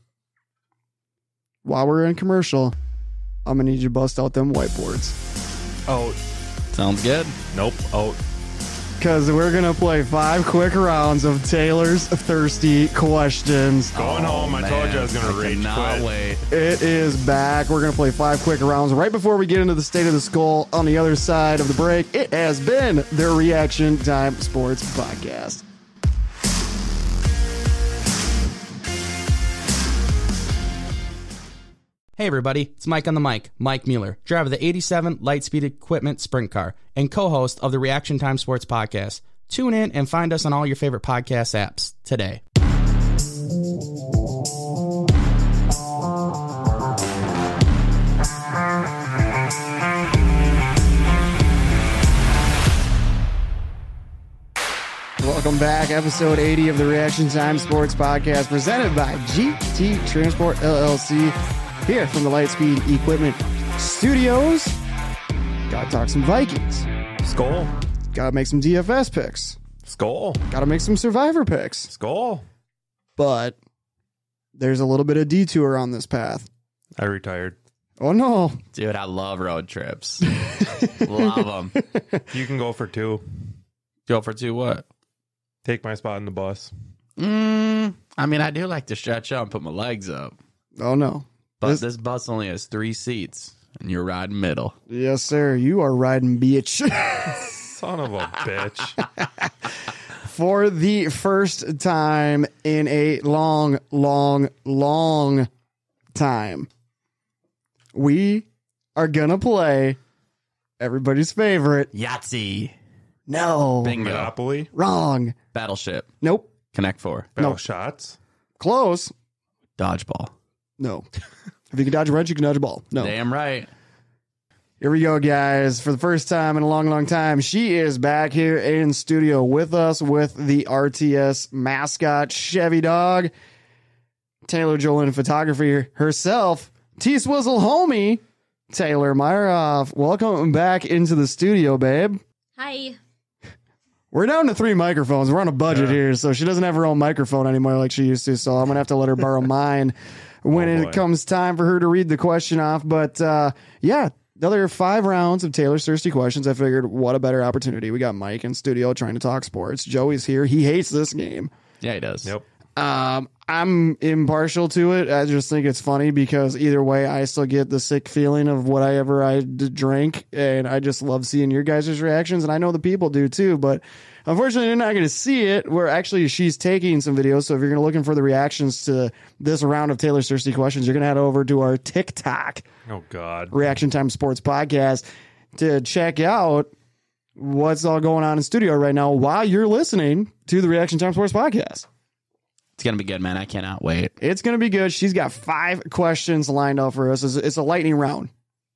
S2: while we're in commercial, I'm gonna need you to bust out them whiteboards.
S3: Out.
S4: Sounds good.
S3: Oh, Nope. Out.
S2: because we're gonna play five quick rounds of Taylor's thirsty questions.
S3: Going home. oh, I told you I was going to
S4: Oh, I
S3: rage
S4: cannot
S3: quit.
S4: wait.
S2: It is back. We're gonna play five quick rounds right before we get into the state of the skull. On the other side of the break, it has been the Reaction Time Sports Podcast.
S4: Hey everybody, it's Mike on the mic, Mike Mueller, driver of the 87 Lightspeed Equipment Sprint Car and co-host of the Reaction Time Sports Podcast. Tune in and find us on all your favorite podcast apps today.
S2: Welcome back, episode 80 of the Reaction Time Sports Podcast, presented by GT Transport LLC, here from the Lightspeed Equipment Studios. Gotta talk some Vikings.
S3: Skull.
S2: Gotta make some DFS picks.
S3: Skull.
S2: Gotta make some survivor picks.
S3: Skull.
S2: But there's a little bit of detour on this path.
S3: I retired.
S2: Oh no.
S4: Dude, I love road trips. love them.
S3: You can go for two.
S4: Go for two what?
S3: Take my spot in the bus.
S4: Mm, I mean, I do like to stretch out and put my legs up,
S2: Oh no.
S4: but
S2: This-
S4: this, bus only has three seats, and you're riding middle.
S2: Yes, sir. You are riding bitch.
S3: Son of a bitch.
S2: For the first time in a long, long, long time, we are gonna play everybody's favorite.
S4: Yahtzee,
S2: No,
S4: bingo,
S3: Monopoly.
S2: wrong.
S4: battleship,
S2: Nope.
S4: connect four,
S3: Battle
S2: No.
S3: shots.
S2: Close.
S4: dodgeball.
S2: No. if you can dodge a wrench, you can dodge a ball.
S3: Oh.
S2: No.
S4: Damn right.
S2: Here we go, guys. For the first time in a long, long time, she is back here in studio with us with the RTS mascot, Chevy Dog. Taylor Jolin photography herself, T Swizzle homie, Taylor Myeroff. Welcome back into the studio, babe.
S1: Hi.
S2: We're down to three microphones. We're on a budget here, so she doesn't have her own microphone anymore like she used to. So I'm gonna have to let her borrow mine when
S3: Oh,
S2: it
S3: boy.
S2: comes time for her to read the question off. But uh, yeah, another five rounds of Taylor's thirsty questions. I figured, what a better opportunity. We got Mike in studio trying to talk sports. Joey's here. He hates this game.
S4: Yeah, he does.
S3: Yep.
S2: Um, I'm impartial to it. I just think it's funny because either way, I still get the sick feeling of whatever I d- drink, and I just love seeing your guys' reactions, and I know the people do too. But unfortunately, you're not going to see it. Where actually, she's taking some videos. So if you're gonna looking for the reactions to this round of Taylor's thirsty questions, you're gonna head over to our TikTok.
S3: Oh, God.
S2: Reaction Time Sports Podcast to check out what's all going on in studio right now while you're listening to the Reaction Time Sports Podcast.
S4: It's gonna be good, man. I cannot wait.
S2: It's going to be good. She's got five questions lined up for us. It's, it's a lightning round.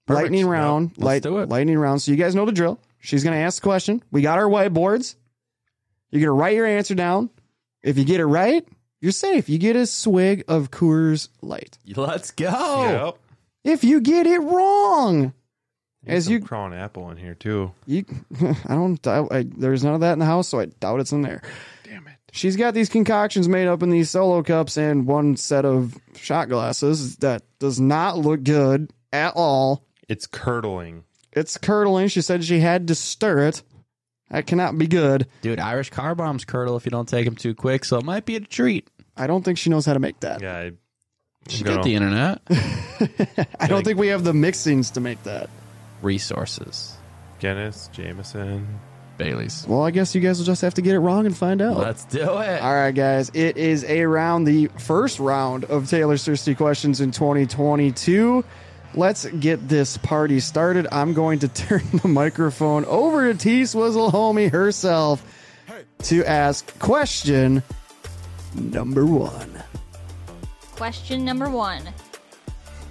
S4: Perfect.
S2: Lightning round.
S4: Let's
S2: light,
S4: do it.
S2: Lightning round. So you guys know the drill. She's going to ask the question. We got our whiteboards. You're going to write your answer down. If you get it right, you're safe. You get a swig of Coors Light.
S4: Let's go.
S3: Yep.
S2: If you get it wrong, as
S3: Some
S2: you
S3: crawling apple in here, too.
S2: You, I don't. I, I, there's none of that in the house, so I doubt it's in there.
S3: Damn it.
S2: She's got these concoctions made up in these solo cups and one set of shot glasses that does not look good at all.
S3: It's curdling.
S2: It's curdling. She said she had to stir it. That cannot be good.
S4: Dude, Irish car bombs curdle if you don't take them too quick, so it might be a treat.
S2: I don't think she knows how to make that.
S3: Yeah. I,
S4: She
S3: Go.
S4: got the internet
S2: I don't think we have the mixings to make that.
S4: resources.
S3: Guinness, Jameson.
S4: Bailey's.
S2: Well, I guess you guys will just have to get it wrong and find out.
S4: Let's do it.
S2: All right, guys. It is a round, the first round of Taylor's Thirsty Questions in 2022. Let's get this party started. I'm going to turn the microphone over to T Swizzle Homie herself to ask question number one.
S1: Question number one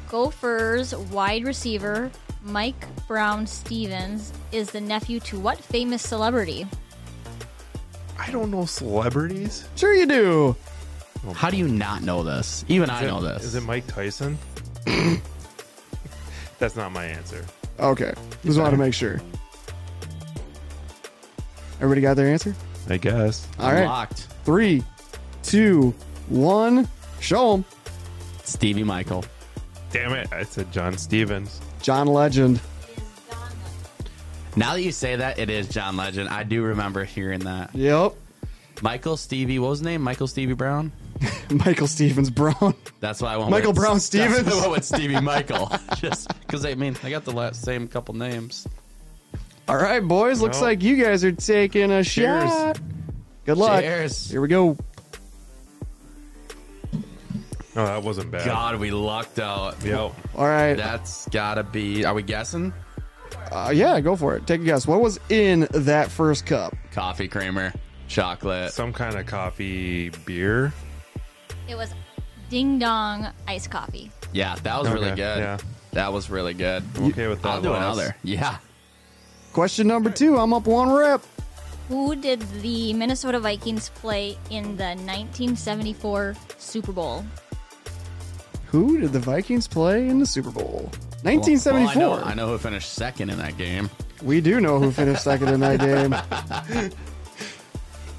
S1: Gophers wide receiver Mike Brown Stevens is the nephew to what famous celebrity?
S3: I don't know celebrities.
S2: Sure, you do.
S4: How do you not know this? Even I
S3: Is it-
S4: know this.
S3: Is it Mike Tyson? That's not my answer.
S2: Okay. Just wanted to make sure. Everybody got their answer?
S3: I guess.
S2: All right.
S4: Locked.
S2: Three, two, one. Show 'em.
S4: Stevie Michael.
S3: Damn it. I said John Stevens.
S2: John Legend.
S4: Now that you say that, it is John Legend. I do remember hearing that.
S2: Yep.
S4: Michael Stevie, what was his name? Michael Stevie Brown?
S2: Michael Stevens Brown.
S4: That's why I went
S2: Michael
S4: with,
S2: Brown
S4: that's why I
S2: Stevens.
S4: went with Stevie Michael. Just because, I mean, I got the last, same couple names.
S2: All right, boys. Looks
S3: No.
S2: like you guys are taking a
S4: Cheers.
S2: shot. Good luck.
S4: Cheers.
S2: Here we go.
S3: No, that wasn't bad.
S4: God, we lucked out.
S3: Yep.
S2: All right.
S4: That's gotta be. Are we guessing?
S2: Uh, yeah, go for it. Take a guess. What was in that first cup?
S4: Coffee creamer, chocolate.
S3: Some kind of coffee beer.
S1: It was Ding Dong Iced Coffee.
S4: yeah, that was really
S3: Okay,
S4: good.
S3: yeah.
S4: That was really good.
S3: I'm okay with that.
S4: I'll do
S3: loss.
S4: another. Yeah.
S2: Question number two. I'm up one rep.
S1: Who did the Minnesota Vikings play in the 1974 Super Bowl?
S2: Who did the Vikings play in the Super Bowl? 1974.
S4: Well, I, know, I know who finished second in that game.
S2: We do know who finished second in that game.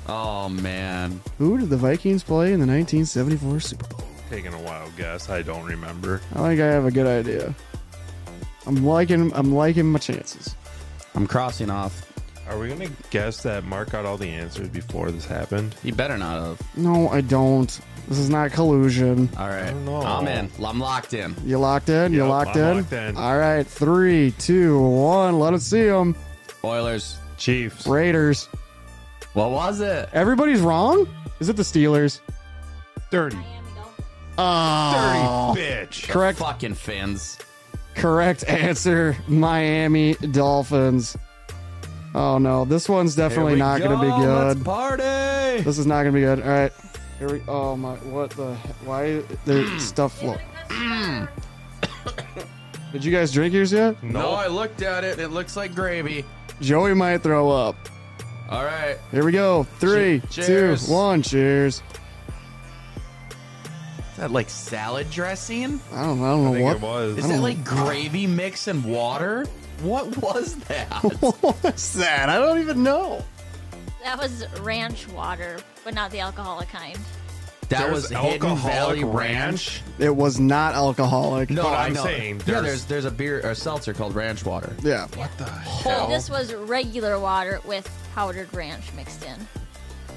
S4: Oh man,
S2: Who did the Vikings play in the 1974 Super Bowl?
S3: Taking a wild guess. I don't remember.
S2: I think I have a good idea. I'm liking I'm liking my chances.
S4: I'm crossing off.
S3: Are we gonna guess that Mark got all the answers before this happened?
S4: He better not have.
S2: No, I don't. This is not collusion.
S4: All right,
S3: don't know.
S4: I'm in. I'm locked in.
S2: You locked in? You
S3: Yep,
S2: locked
S3: I'm
S2: in?
S3: locked in.
S2: All right, three, two, one. Let us see them.
S4: Oilers.
S3: Chiefs.
S2: Raiders.
S4: What was it?
S2: Everybody's wrong? Is it the Steelers?
S3: Dirty.
S2: Oh.
S3: Dirty bitch.
S2: Correct.
S4: Fucking Finns.
S2: Correct answer. Miami Dolphins. Oh no, this one's definitely
S3: we
S2: not going to be good.
S4: Let's party.
S2: This is not gonna be good. All right. Here we. Oh my! What the? he- Why
S3: Mm.
S2: there's stuff float? Did you guys drink yours yet?
S4: No,
S3: Nope.
S4: I looked at it. It looks like gravy.
S2: Joey might throw up.
S4: All right.
S2: Here we go. Three, two, one.
S4: Che- cheers.
S2: Cheers.
S4: Is that like salad dressing?
S2: I don't. I don't
S3: I
S2: know
S3: think
S2: what.
S3: it was.
S4: Is it like gravy mix and water? What was that?
S2: what was that? I don't even know.
S1: That was ranch water, but not the alcoholic kind.
S4: that
S3: There's
S4: was Hidden
S3: alcoholic
S4: Valley
S3: ranch?
S4: Ranch.
S2: It was not alcoholic.
S4: No,
S3: But
S4: I
S3: I'm
S4: know.
S3: saying
S4: yeah,
S3: there's-
S4: there's there's a beer or seltzer called Ranch Water.
S2: Yeah.
S3: What the
S1: So
S3: hell?
S1: this was regular water with powdered ranch mixed in.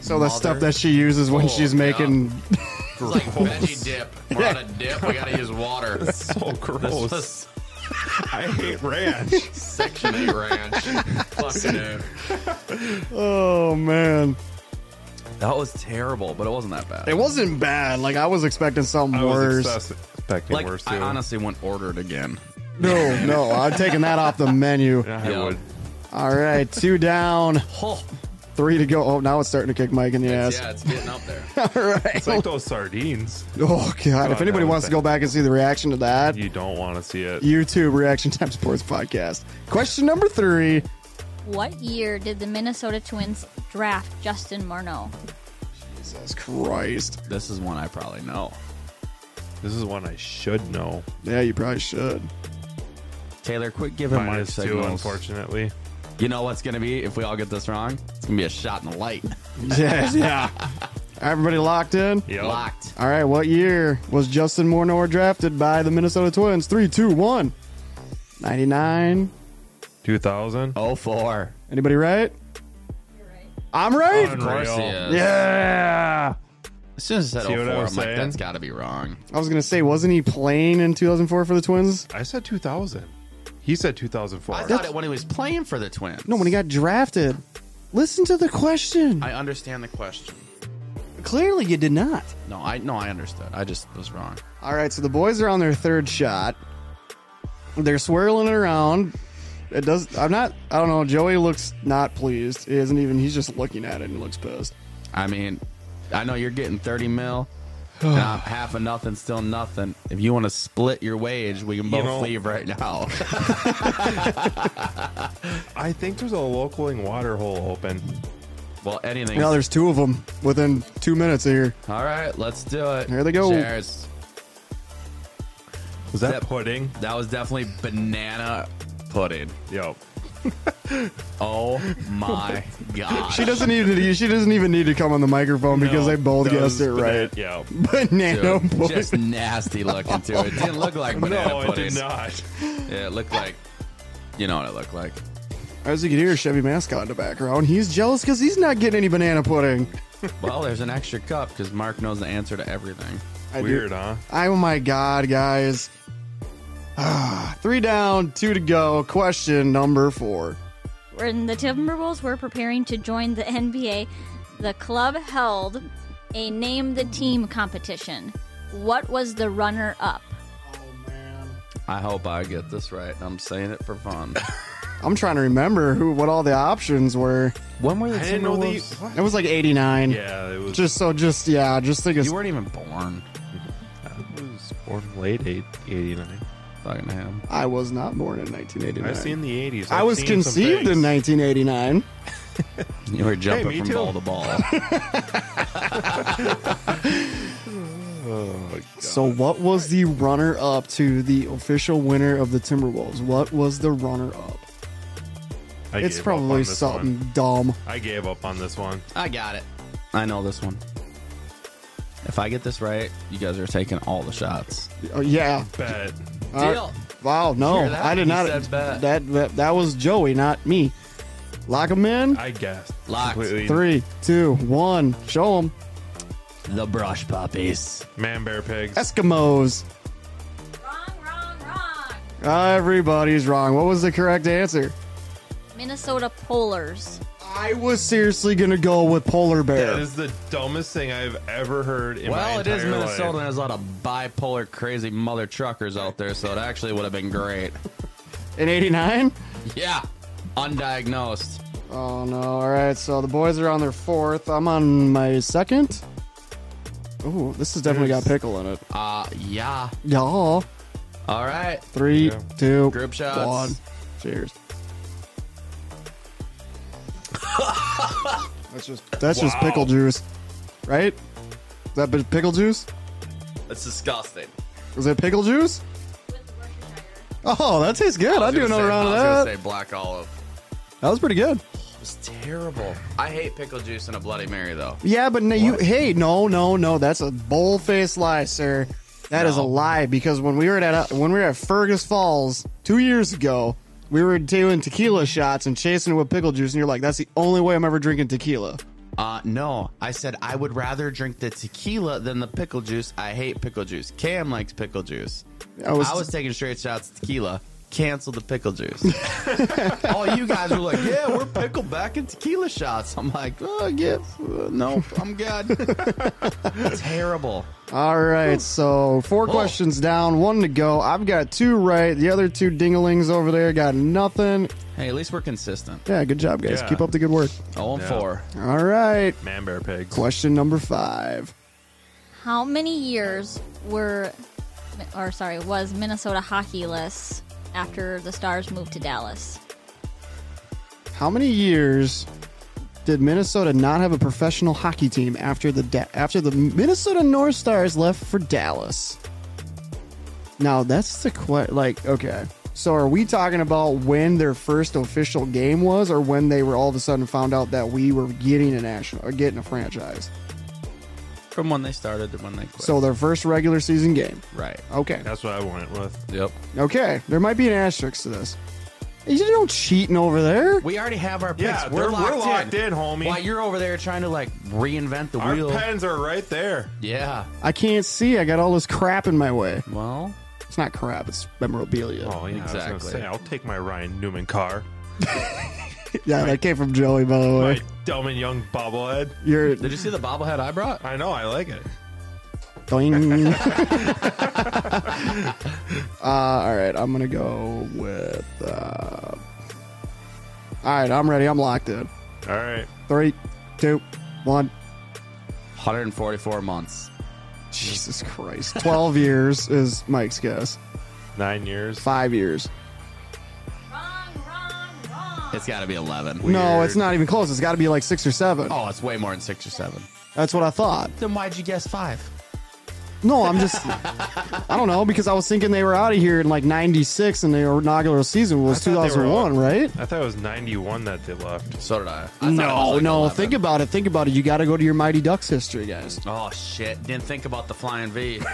S2: So the stuff
S4: Mother-
S2: that she uses when
S4: Oh,
S2: she's
S4: yeah.
S2: making.
S4: It's like veggie dip. We're on a dip. We gotta use water.
S3: That's so Oh, gross.
S4: This was
S3: I hate ranch.
S4: Section Eight Ranch. Fucking A.
S2: Oh man,
S4: That was terrible, but it wasn't that bad.
S2: it wasn't bad. Like I was expecting something
S3: I was
S2: worse.
S3: obsessed- expecting
S4: like
S3: worse too.
S4: I honestly wouldn't order it again.
S2: No, no, I'm taking that off the menu.
S3: I
S4: Yeah.
S3: would.
S2: All right, two down.
S4: Oh,
S2: Three to go. Oh, now it's starting to kick Mike in the ass.
S4: yeah, it's getting up there.
S2: All right.
S3: It's like those sardines.
S2: Oh god! If
S3: God,
S2: anybody
S3: that
S2: wants
S3: was
S2: to go back and see the reaction to that,
S3: You don't want to see it.
S2: YouTube Reaction Time Sports Podcast. Question number three.
S1: What year did the Minnesota Twins draft Justin Morneau?
S2: Jesus Christ!
S4: This is one I probably know.
S3: This is one I should know.
S2: Yeah, you probably should.
S4: Taylor, quit giving Mark
S3: Minus two,
S4: signals.
S3: unfortunately.
S4: You know what's gonna be if we all get this wrong? It's gonna be a shot in the light.
S2: Yeah, yeah. Everybody locked in.
S3: Yep.
S4: Locked.
S2: All right. What year was Justin Morneau drafted by the Minnesota Twins? Three, two, one. Ninety-nine.
S3: 2000.
S4: Oh four.
S2: Anybody right? I'm right.
S3: Unreal.
S4: course he is.
S2: Yeah.
S4: As soon as I said
S3: See
S4: oh
S3: what
S4: four,
S3: I
S4: I'm
S3: was
S4: like,
S3: saying?
S4: that's gotta be wrong.
S2: I was gonna say, wasn't he playing in 2004 for the Twins?
S3: I said 2000. He said 2004.
S4: I thought it when he was playing for the Twins.
S2: No, when he got drafted. Listen to the question.
S4: I understand the question.
S2: Clearly, you did not.
S4: No, I no, I understood. I just was wrong.
S2: All right, so the boys are on their third shot. They're swirling it around. It does. I'm not. I don't know. Joey looks not pleased. He isn't even. He's just looking at it and looks pissed.
S4: I mean, I know you're getting 30 mil. and I'm half of nothing, still nothing. If you want to split your wage, we can both
S3: know-
S4: leave right now.
S3: I think there's a localing water hole open.
S4: well, anything.
S2: Now there's two of them within two minutes here.
S4: All right, let's do it.
S2: Here they go.
S4: Cheers.
S3: Was that
S4: Yep.
S3: pudding?
S4: That was definitely banana pudding.
S3: Yep.
S4: Oh my god.
S2: She doesn't even. need- She doesn't even need to come on the microphone because they both guessed it right.
S3: Yeah.
S2: Banana
S4: Dude,
S2: boy.
S4: just nasty looking too. It didn't look like banana
S3: No, it
S4: pudding.
S3: did not.
S4: Yeah, it looked like. You know what it looked like.
S2: All As you can hear, Chevy mascot in the background. He's jealous because he's not getting any banana pudding.
S4: Well, there's an extra cup because Mark knows the answer to everything.
S2: I do-
S3: Weird, huh?
S2: Oh my god, guys. Ah, three down, two to go. Question number four.
S1: when the Timberwolves were preparing to join the NBA, the club held a name the team competition. What was the runner up?
S4: I hope I get this right. I'm saying it for fun.
S2: I'm trying to remember who what all the options were.
S4: When were the
S3: I didn't know the.
S4: Timberwolves?
S3: What?
S2: It was like 89.
S3: Yeah, it was
S2: Just so, just yeah, just think it's
S4: You weren't even born.
S3: it was born late eight- 89.
S4: Fucking him.
S2: I was not born in 1989.
S3: I've seen the 80s.
S2: I
S3: I've
S2: was
S3: seen some
S2: conceived
S3: things.
S2: in 1989.
S4: You were jumping
S3: me
S4: from
S3: too.
S4: ball to ball.
S3: Oh, God.
S2: So, what was the runner up to the official winner of the Timberwolves? What was the runner up?
S3: I
S2: It's
S3: gave up
S2: probably
S3: on this
S2: something
S3: one.
S2: dumb.
S3: I gave up on this one.
S4: I got it. I know this one. If I get this right, you guys are taking all the shots.
S2: Oh, yeah.
S3: Bet.
S2: Uh,
S4: Deal.
S2: wow. No,
S4: Hear that?
S2: I did
S4: He
S2: not.
S4: said bet.
S2: That, that that was Joey, not me. Lock him in.
S3: I guessed.
S4: Locked.
S3: Completely.
S2: Three, two, one. Show him.
S4: The brush puppies.
S3: Man, bear, pigs.
S2: Eskimos.
S1: Wrong, wrong, wrong.
S2: Everybody's wrong. What was the correct answer?
S1: Minnesota Polars.
S2: I was seriously gonna go with polar bear.
S3: That is the dumbest thing I've ever heard in my
S4: well, it
S3: entire
S4: is Minnesota, and
S3: life.
S4: there's a lot of bipolar, crazy mother truckers out there, so it actually would have been great.
S2: in '89.
S4: Yeah, undiagnosed.
S2: Oh no! All right, so the boys are on their fourth. I'm on my second. Oh, this has definitely got pickle in it.
S4: Uh, yeah.
S2: Y'all,
S4: All right.
S2: three,
S3: Yeah.
S2: two,
S4: Group shots.
S2: one. Cheers. that's just that's just
S3: Wow.
S2: pickle juice, right? Is that bit pickle juice?
S4: That's disgusting.
S2: Is it pickle juice? Oh, that tastes good. I'd do another round of that.
S4: say black olive.
S2: That was pretty good.
S4: It was terrible. I hate pickle juice and a Bloody Mary, though.
S2: Yeah, but no, you hey, no, no, no, that's a bold faced lie, sir. That is
S4: No.
S2: a lie because when we were at uh, when we were at Fergus Falls two years ago, we were doing tequila shots and chasing it with pickle juice, and you're like, "That's the only way I'm ever drinking tequila."
S4: Uh, no, I said I would rather drink the tequila than the pickle juice. I hate pickle juice. Cam likes pickle juice.
S2: I was-
S4: I was taking straight shots of tequila. Cancel the pickle juice. All you guys were like, "Yeah, we're pickle back and tequila shots." I'm like, "Oh, yeah, uh, no, I'm good." Terrible.
S2: All right, so four
S4: Oh.
S2: questions down, one to go. I've got two right. The other two dinglings over there got nothing.
S4: Hey, at least we're consistent.
S2: Yeah, good job, guys.
S3: Yeah.
S2: Keep up the good work.
S4: Oh, and
S3: Yeah.
S4: four.
S2: All right,
S3: Man, bear, pigs.
S2: question number five.
S1: How many years were, or sorry, was Minnesota hockeyless after the Stars moved to Dallas?
S2: How many years did Minnesota not have a professional hockey team after the da- after the Minnesota North Stars left for Dallas? Now that's the question. Like, okay, so are we talking about when their first official game was, or when they were all of a sudden found out that we were getting a national or getting a franchise?
S4: From when they started to when they quit.
S2: So their first regular season game.
S4: right.
S2: Okay,
S3: That's what I went with.
S4: Yep.
S2: okay, there might be an asterisk to this. You don't cheating over there.
S4: We already have our picks.
S3: Yeah,
S4: we're,
S3: they're-
S4: locked
S3: we're locked in, homie.
S4: While you're over there trying to like reinvent the
S3: Our
S4: wheel.
S3: pens are right there.
S4: yeah.
S2: I can't see. I got all this crap in my way.
S4: Well,
S2: It's not crap. It's memorabilia.
S3: Oh, yeah. I was
S4: Exactly.
S3: gonna say, I'll take my Ryan Newman car.
S2: Yeah, that came from Joey, by the way.
S3: My dumb and young bobblehead.
S2: You're
S4: did you see the bobblehead I brought?
S3: I know, I like it.
S2: doing. uh, all right, I'm gonna go with. Uh... All right, I'm ready. I'm locked in.
S3: All right.
S2: Three, two, one.
S4: 144 months.
S2: Jesus Christ! Twelve years is Mike's guess.
S3: Nine years.
S2: Five years.
S1: Wrong, wrong, wrong.
S4: It's got to be 11.
S2: No,
S3: Weird.
S2: it's not even close. It's got to be like six or seven.
S4: Oh, it's way more than six or seven.
S2: That's what I thought.
S4: Then why'd you guess five?
S2: No, I'm just. I don't know because I was thinking they were out of here in like '96, and their inaugural season was
S3: I thought they were
S2: 2001,
S3: all-
S2: right?
S3: I thought it was 91 that they left.
S4: So did I.
S2: No, no. Think about it. Think about it. You got to go to your Mighty Ducks history, guys.
S4: Oh shit! Didn't think about the flying V. and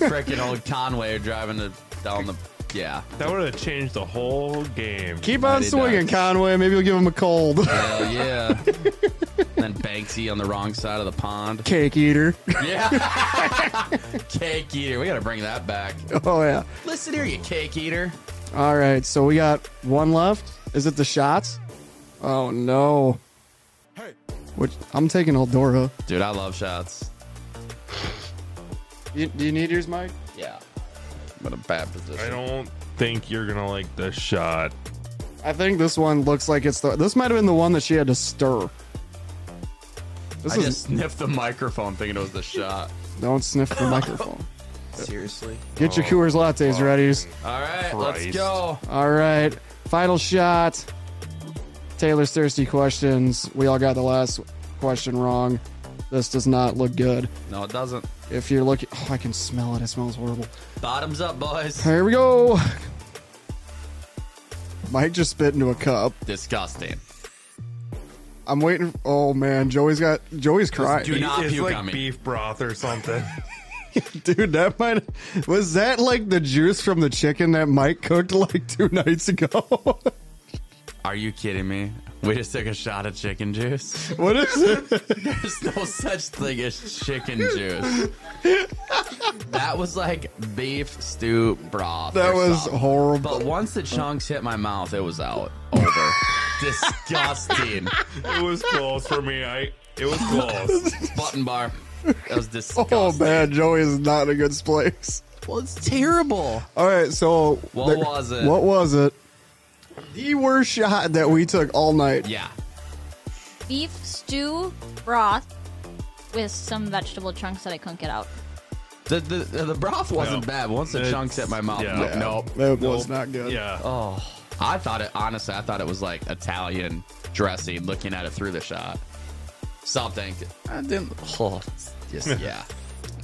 S4: freaking old Conway driving the, down the Yeah.
S3: That would have changed the whole game.
S2: Keep on
S4: Mighty
S2: swinging,
S4: Ducks.
S2: Conway. Maybe you'll give him a cold.
S4: Hell Oh, yeah. then Banksy on the wrong side of the pond.
S2: Cake eater.
S4: Yeah. cake eater. We got to bring that back.
S2: oh yeah.
S4: Listen here, you cake eater.
S2: All right, so we got one left. Is it the shots? Oh no. Which I'm taking Eldora.
S4: Dude, I love shots.
S2: You, do you need yours, Mike?
S4: Yeah. What a bad position.
S3: I don't think you're gonna like the shot.
S2: I think this one looks like it's the. This might have been the one that she had to stir. This
S4: I
S2: is
S4: just sniffed the microphone thinking it was the shot.
S2: don't sniff the microphone.
S4: Seriously.
S2: Get your Coors lattes ready.
S4: All right,
S3: Christ.
S4: let's go.
S2: All right, final shot. Taylor's thirsty questions. We all got the last question wrong. This does not look good.
S4: No, it doesn't.
S2: If you're looking, oh, I can smell it. It smells horrible.
S4: Bottoms up, boys.
S2: Here we go. Mike just spit into a cup.
S4: Disgusting.
S2: I'm waiting. Oh man, Joey's got Joey's crying.
S4: Do
S3: Be-
S4: not
S3: it's
S4: puke
S3: like
S4: on me.
S3: beef broth or something.
S2: Dude, that might was that like the juice from the chicken that Mike cooked like two nights ago.
S4: Are you kidding me? We just took a shot of chicken juice.
S2: what is it?
S4: There's no such thing as chicken juice. that was like beef stew broth.
S2: That
S4: or
S2: was
S4: something.
S2: horrible.
S4: But once the chunks hit my mouth, it was out. Over. disgusting.
S3: it was close for me. I it was close.
S4: Button bar. That was disgusting.
S2: Oh man, Joey is not in a good place.
S4: Well, it's terrible.
S2: All right, so
S4: What was it?
S2: What was it? The worst shot that we took all night.
S4: Yeah.
S1: Beef stew broth with some vegetable chunks that I couldn't get out.
S4: The the, the broth wasn't
S3: No.
S4: bad. Once the
S3: It's-
S4: chunks hit my mouth,
S3: yeah.
S4: no,
S3: Yeah.
S4: nope.
S2: that was not good.
S3: Yeah.
S4: Oh, I thought it. Honestly, I thought it was like Italian dressing. Looking at it through the shot, something. I didn't. Oh, it's just yeah.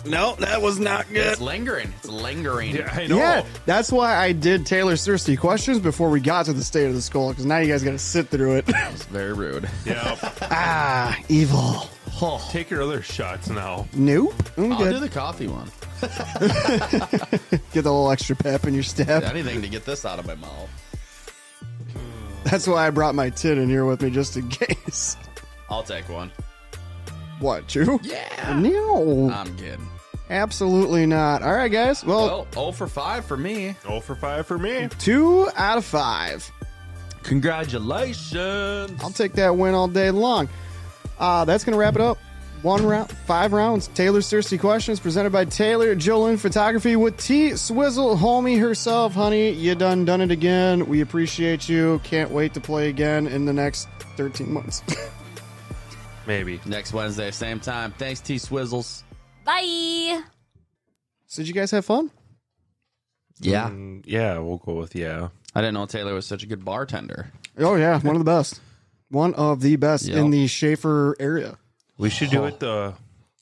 S2: No, that was not
S4: It's lingering. It's lingering.
S3: Yeah, I know.
S2: Yeah, that's why I did Taylor's thirsty questions before we got to the state of the skull, because now you guys got to sit through it.
S4: It's very rude.
S3: Yeah.
S2: ah, evil.
S4: Oh,
S3: Take your other shots now.
S2: Nope. I'm
S4: I'll
S2: good.
S4: do the coffee one.
S2: Get the little extra pep in your step.
S4: Anything to get this out of my mouth.
S2: That's why I brought my tin in here with me just in case.
S4: I'll take one.
S2: What, you?
S4: Yeah.
S2: No,
S4: I'm kidding.
S2: absolutely not. All right, guys. Well,
S4: Well, 0 for 5 for me.
S3: 0 for 5 for me.
S2: two out of five.
S4: Congratulations.
S2: I'll take that win all day long. Uh, that's going to wrap it up. One round, five rounds. Taylor's Thirsty Questions presented by Taylor Jolin Photography with T Swizzle, homie herself. Honey, you done done it again. We appreciate you. Can't wait to play again in the next 13 months.
S3: Maybe.
S4: Next Wednesday, same time. Thanks, T Swizzles.
S1: Bye.
S2: so, did you guys have fun?
S4: Yeah.
S3: Mm, yeah, we'll go with yeah.
S4: I didn't know Taylor was such a good bartender.
S2: Oh, yeah. One of the best. One of the best
S4: Yep.
S2: in the Schaefer area.
S3: We should do it the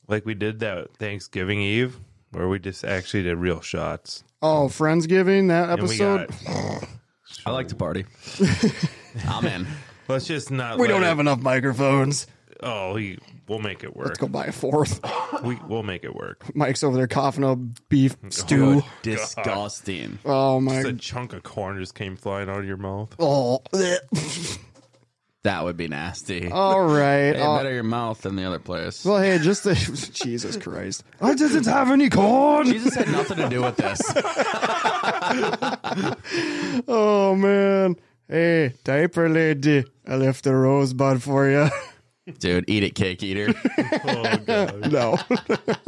S3: like we did that Thanksgiving Eve where we just actually did real shots.
S2: Oh, Friendsgiving, that
S3: And we
S2: episode.
S3: got-
S4: I like to party. I'm in.
S3: let's just not
S2: We
S3: let
S2: don't
S3: it-
S2: have enough microphones.
S3: Oh, we, we'll make it work.
S2: Let's go buy a fourth.
S3: We we'll make it work.
S2: Mike's over there coughing up beef stew.
S4: Disgusting.
S2: Oh, my
S3: Just a chunk of corn just came flying out of your mouth.
S2: Oh,
S4: That would be nasty.
S2: all right.
S4: Hey,
S2: uh,
S4: better your mouth than the other place.
S2: well, hey, just the Jesus Christ! I didn't have any corn.
S4: Jesus had nothing to do with this.
S2: Oh man! Hey, diaper lady, I left a rosebud for you.
S4: Dude, eat it, cake eater.
S3: Oh god.
S2: no.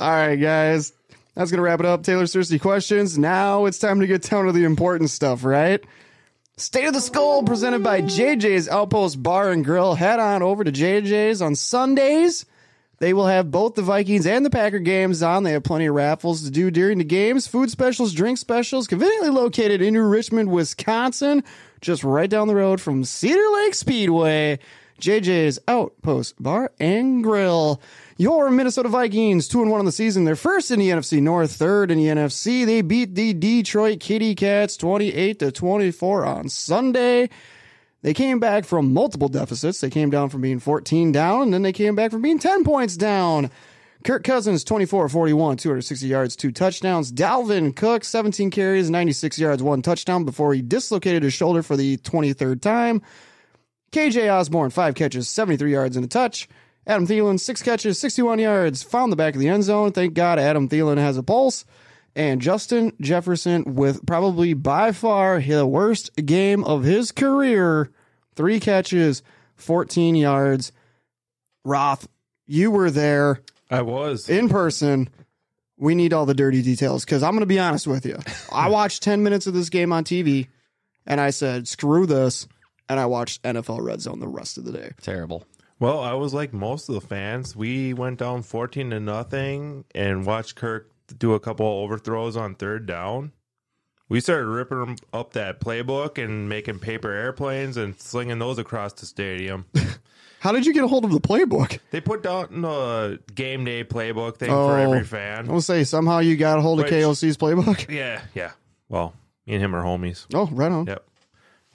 S2: all right, guys, that's gonna wrap it up. Taylor's thirsty questions. Now it's time to get down to the important stuff, right? State of the Skull presented by JJ's Outpost Bar and Grill. Head on over to JJ's on Sundays. They will have both the Vikings and the Packer games on. They have plenty of raffles to do during the games, food specials, drink specials, conveniently located in New Richmond, Wisconsin, just right down the road from Cedar Lake Speedway. JJ's Outpost Bar and Grill. Your Minnesota Vikings, 2 and 1 on the season. They're first in the NFC North, third in the NFC. They beat the Detroit Kitty Cats 28 to 24 on Sunday. They came back from multiple deficits. They came down from being 14 down, and then they came back from being 10 points down. Kirk Cousins, 24 41, 260 yards, two touchdowns. Dalvin Cook, 17 carries, 96 yards, one touchdown before he dislocated his shoulder for the 23rd time. KJ Osborne, five catches, 73 yards and a touch. Adam Thielen, six catches, 61 yards, found the back of the end zone. Thank God Adam Thielen has a pulse. And Justin Jefferson with probably by far the worst game of his career. Three catches, 14 yards. Roth, you were there
S3: I was.
S2: in person. We need all the dirty details because I'm going to be honest with you. I watched 10 minutes of this game on TV and I said, screw this. And I watched NFL Red Zone the rest of the day.
S4: Terrible.
S3: Well, I was like most of the fans. We went down 14 to nothing and watched Kirk do a couple overthrows on third down. We started ripping up that playbook and making paper airplanes and slinging those across the stadium.
S2: How did you get a hold of the playbook?
S3: they put down the game day playbook thing
S2: Oh.
S3: for every
S2: I
S3: fan.
S2: will say somehow you got a hold of
S3: Wait.
S2: KOC's playbook.
S3: Yeah, yeah. Well, me and him are homies.
S2: Oh, right on.
S3: Yep.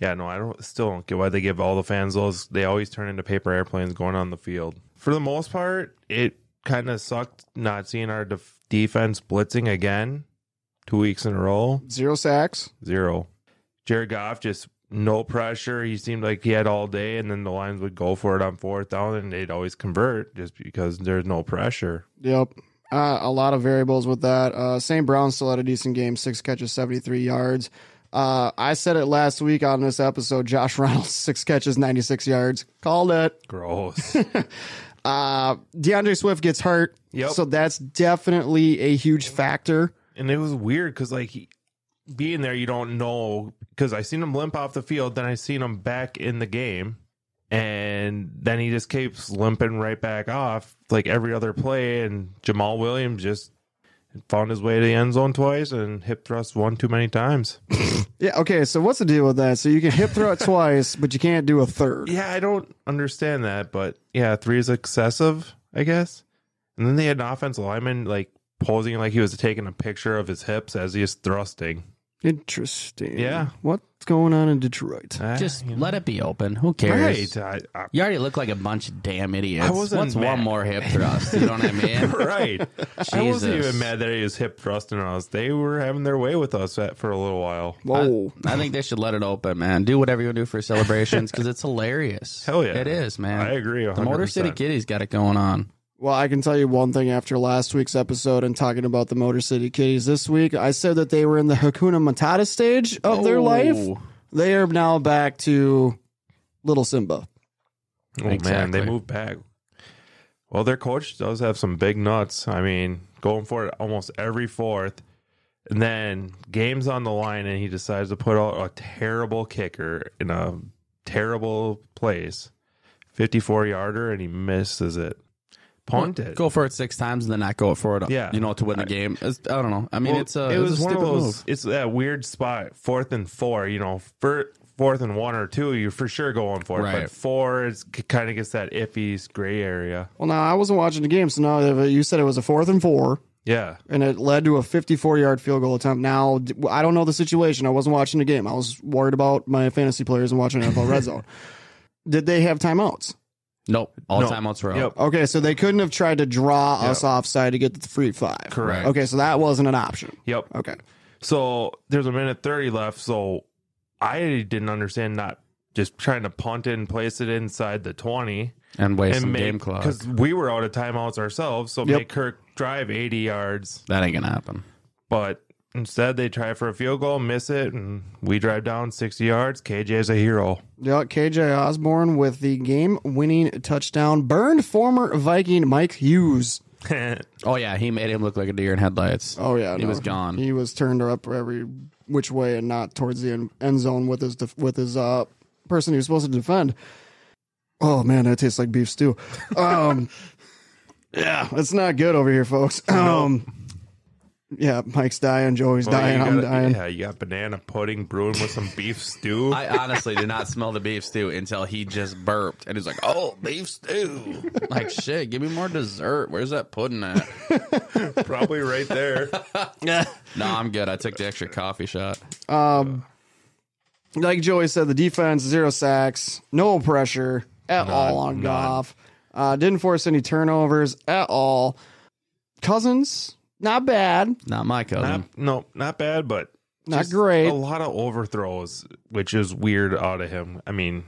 S3: Yeah, no, I don't still don't get why they give all the fans those. They always turn into paper airplanes going on the field. For the most part, it kind of sucked not seeing our def- defense blitzing again two weeks in a row.
S2: Zero sacks.
S3: Zero. Jared Goff just no pressure. He seemed like he had all day, and then the Lions would go for it on fourth down, and they'd always convert just because there's no pressure.
S2: Yep. Uh, a lot of variables with that. Uh, St. Brown still had a decent game, six catches, 73 yards. Uh, I said it last week on this episode Josh Reynolds, six catches, 96 yards. Called it.
S3: Gross.
S2: Uh, DeAndre Swift gets hurt.
S3: Yep.
S2: So that's definitely a huge factor.
S3: and it was weird because like he, being there you don't know because i seen him limp off the field then i seen him back in the game and then he just keeps limping right back off like every other play and jamal williams just found his way to the end zone twice and hip thrust one too many times
S2: Yeah. Okay. So what's the deal with that? So you can hip throw it twice, but you can't do a third.
S3: yeah i don't understand that but yeah three is excessive i guess and then they had an offensive lineman like posing like he was taking a picture of his hips as he is thrusting
S2: Interesting.
S3: Yeah.
S2: What's going on in Detroit?
S3: Ah,
S4: Just
S3: you know.
S4: let it be open. Who cares?
S3: right I, I,
S4: You already look like a bunch of damn idiots.
S3: I wasn't
S4: What's
S3: mad.
S4: one more hip thrust? You know what I mean?
S3: right. I wasn't
S4: Jesus.
S3: even mad that he was hip thrusting on us. They were having their way with us at, for a little while.
S2: Whoa.
S4: I think they should let it open, man. Do whatever you do for celebrations because it's hilarious.
S3: Hell yeah.
S4: it is, man.
S3: I agree. 100%.
S4: The Motor City Kitty's got it going on.
S2: Well, I can tell you one thing after last week's episode and talking about the Motor City Kitties this week, I said that they were in the Hakuna Matata stage of their
S4: Oh.
S2: life. They are now back to Little Simba.
S3: Oh man,
S4: Exactly.
S3: they moved back. Well, their coach does have some big nuts. I mean, going for it almost every fourth, and then games on the line, and he decides to put out a terrible kicker in a terrible place, fifty-four yarder, and he misses it. Punt it.
S4: Go for it six times and then not go for it.
S3: Yeah.
S4: you know, to win the game. It's- I don't know. I mean,
S3: Well,
S4: it's a
S3: it, was,
S4: a
S3: one of
S4: stupid
S3: those.
S4: move.
S3: It's that weird spot, fourth and four. You know, fir- fourth and one or two, you're for sure going for it.
S4: Right.
S3: But four is kind of gets that iffy gray area.
S2: Well, now I wasn't watching the game, so now that you said it was a fourth and four,
S3: Yeah,
S2: and it led to a 54 yard field goal attempt. Now, d- I don't know the situation. I wasn't watching the game. I was worried about my fantasy players and watching NFL Red Zone. Did they have timeouts?
S4: Nope, all
S3: No.
S4: timeouts were out.
S3: Yep.
S2: Okay, so they couldn't have tried to draw us offside to get the free five.
S3: Correct.
S2: Okay, so that wasn't an option.
S3: yep.
S2: Okay.
S3: So there's a minute thirty left. So I didn't understand not just trying to punt it and place it inside the twenty
S4: and waste
S3: and
S4: some
S3: make
S4: game clock.
S3: because we were out of timeouts ourselves. So
S2: Yep.
S3: make Kirk drive eighty yards.
S4: That ain't gonna happen.
S3: But instead, they try for a field goal, miss it, and we drive down 60 yards. KJ's a hero.
S2: Yeah, KJ Osborne with the game winning touchdown burned former Viking Mike Hughes.
S4: Oh yeah, he made him look like a deer in headlights.
S2: Oh yeah,
S4: he
S2: no.
S4: was gone.
S2: He was turned up every which way and not towards the en- end zone with his def- with his uh person he was supposed to defend. Oh man, that tastes like beef stew. Um, yeah, it's not good over here, folks. Um, yeah, Mike's dying, Joey's
S3: Well,
S2: dying,
S3: Oh, you
S2: I'm
S3: got-
S2: dying.
S3: Yeah, you got banana pudding brewing with some beef stew.
S4: I honestly did not smell the beef stew until he just burped, and he's like, "Oh, beef stew!" Like shit, give me more dessert. Where's that pudding at?
S3: Probably right there.
S4: No, I'm good. I took the extra coffee shot.
S2: like Joey said, the defense zero sacks, no pressure at all on Goff. Uh, didn't force any turnovers at all. Cousins, not bad,
S4: Not my cousin.
S3: Not, no, not bad, but
S2: not
S3: just
S2: great.
S3: A lot of overthrows, which is weird out of him. I mean,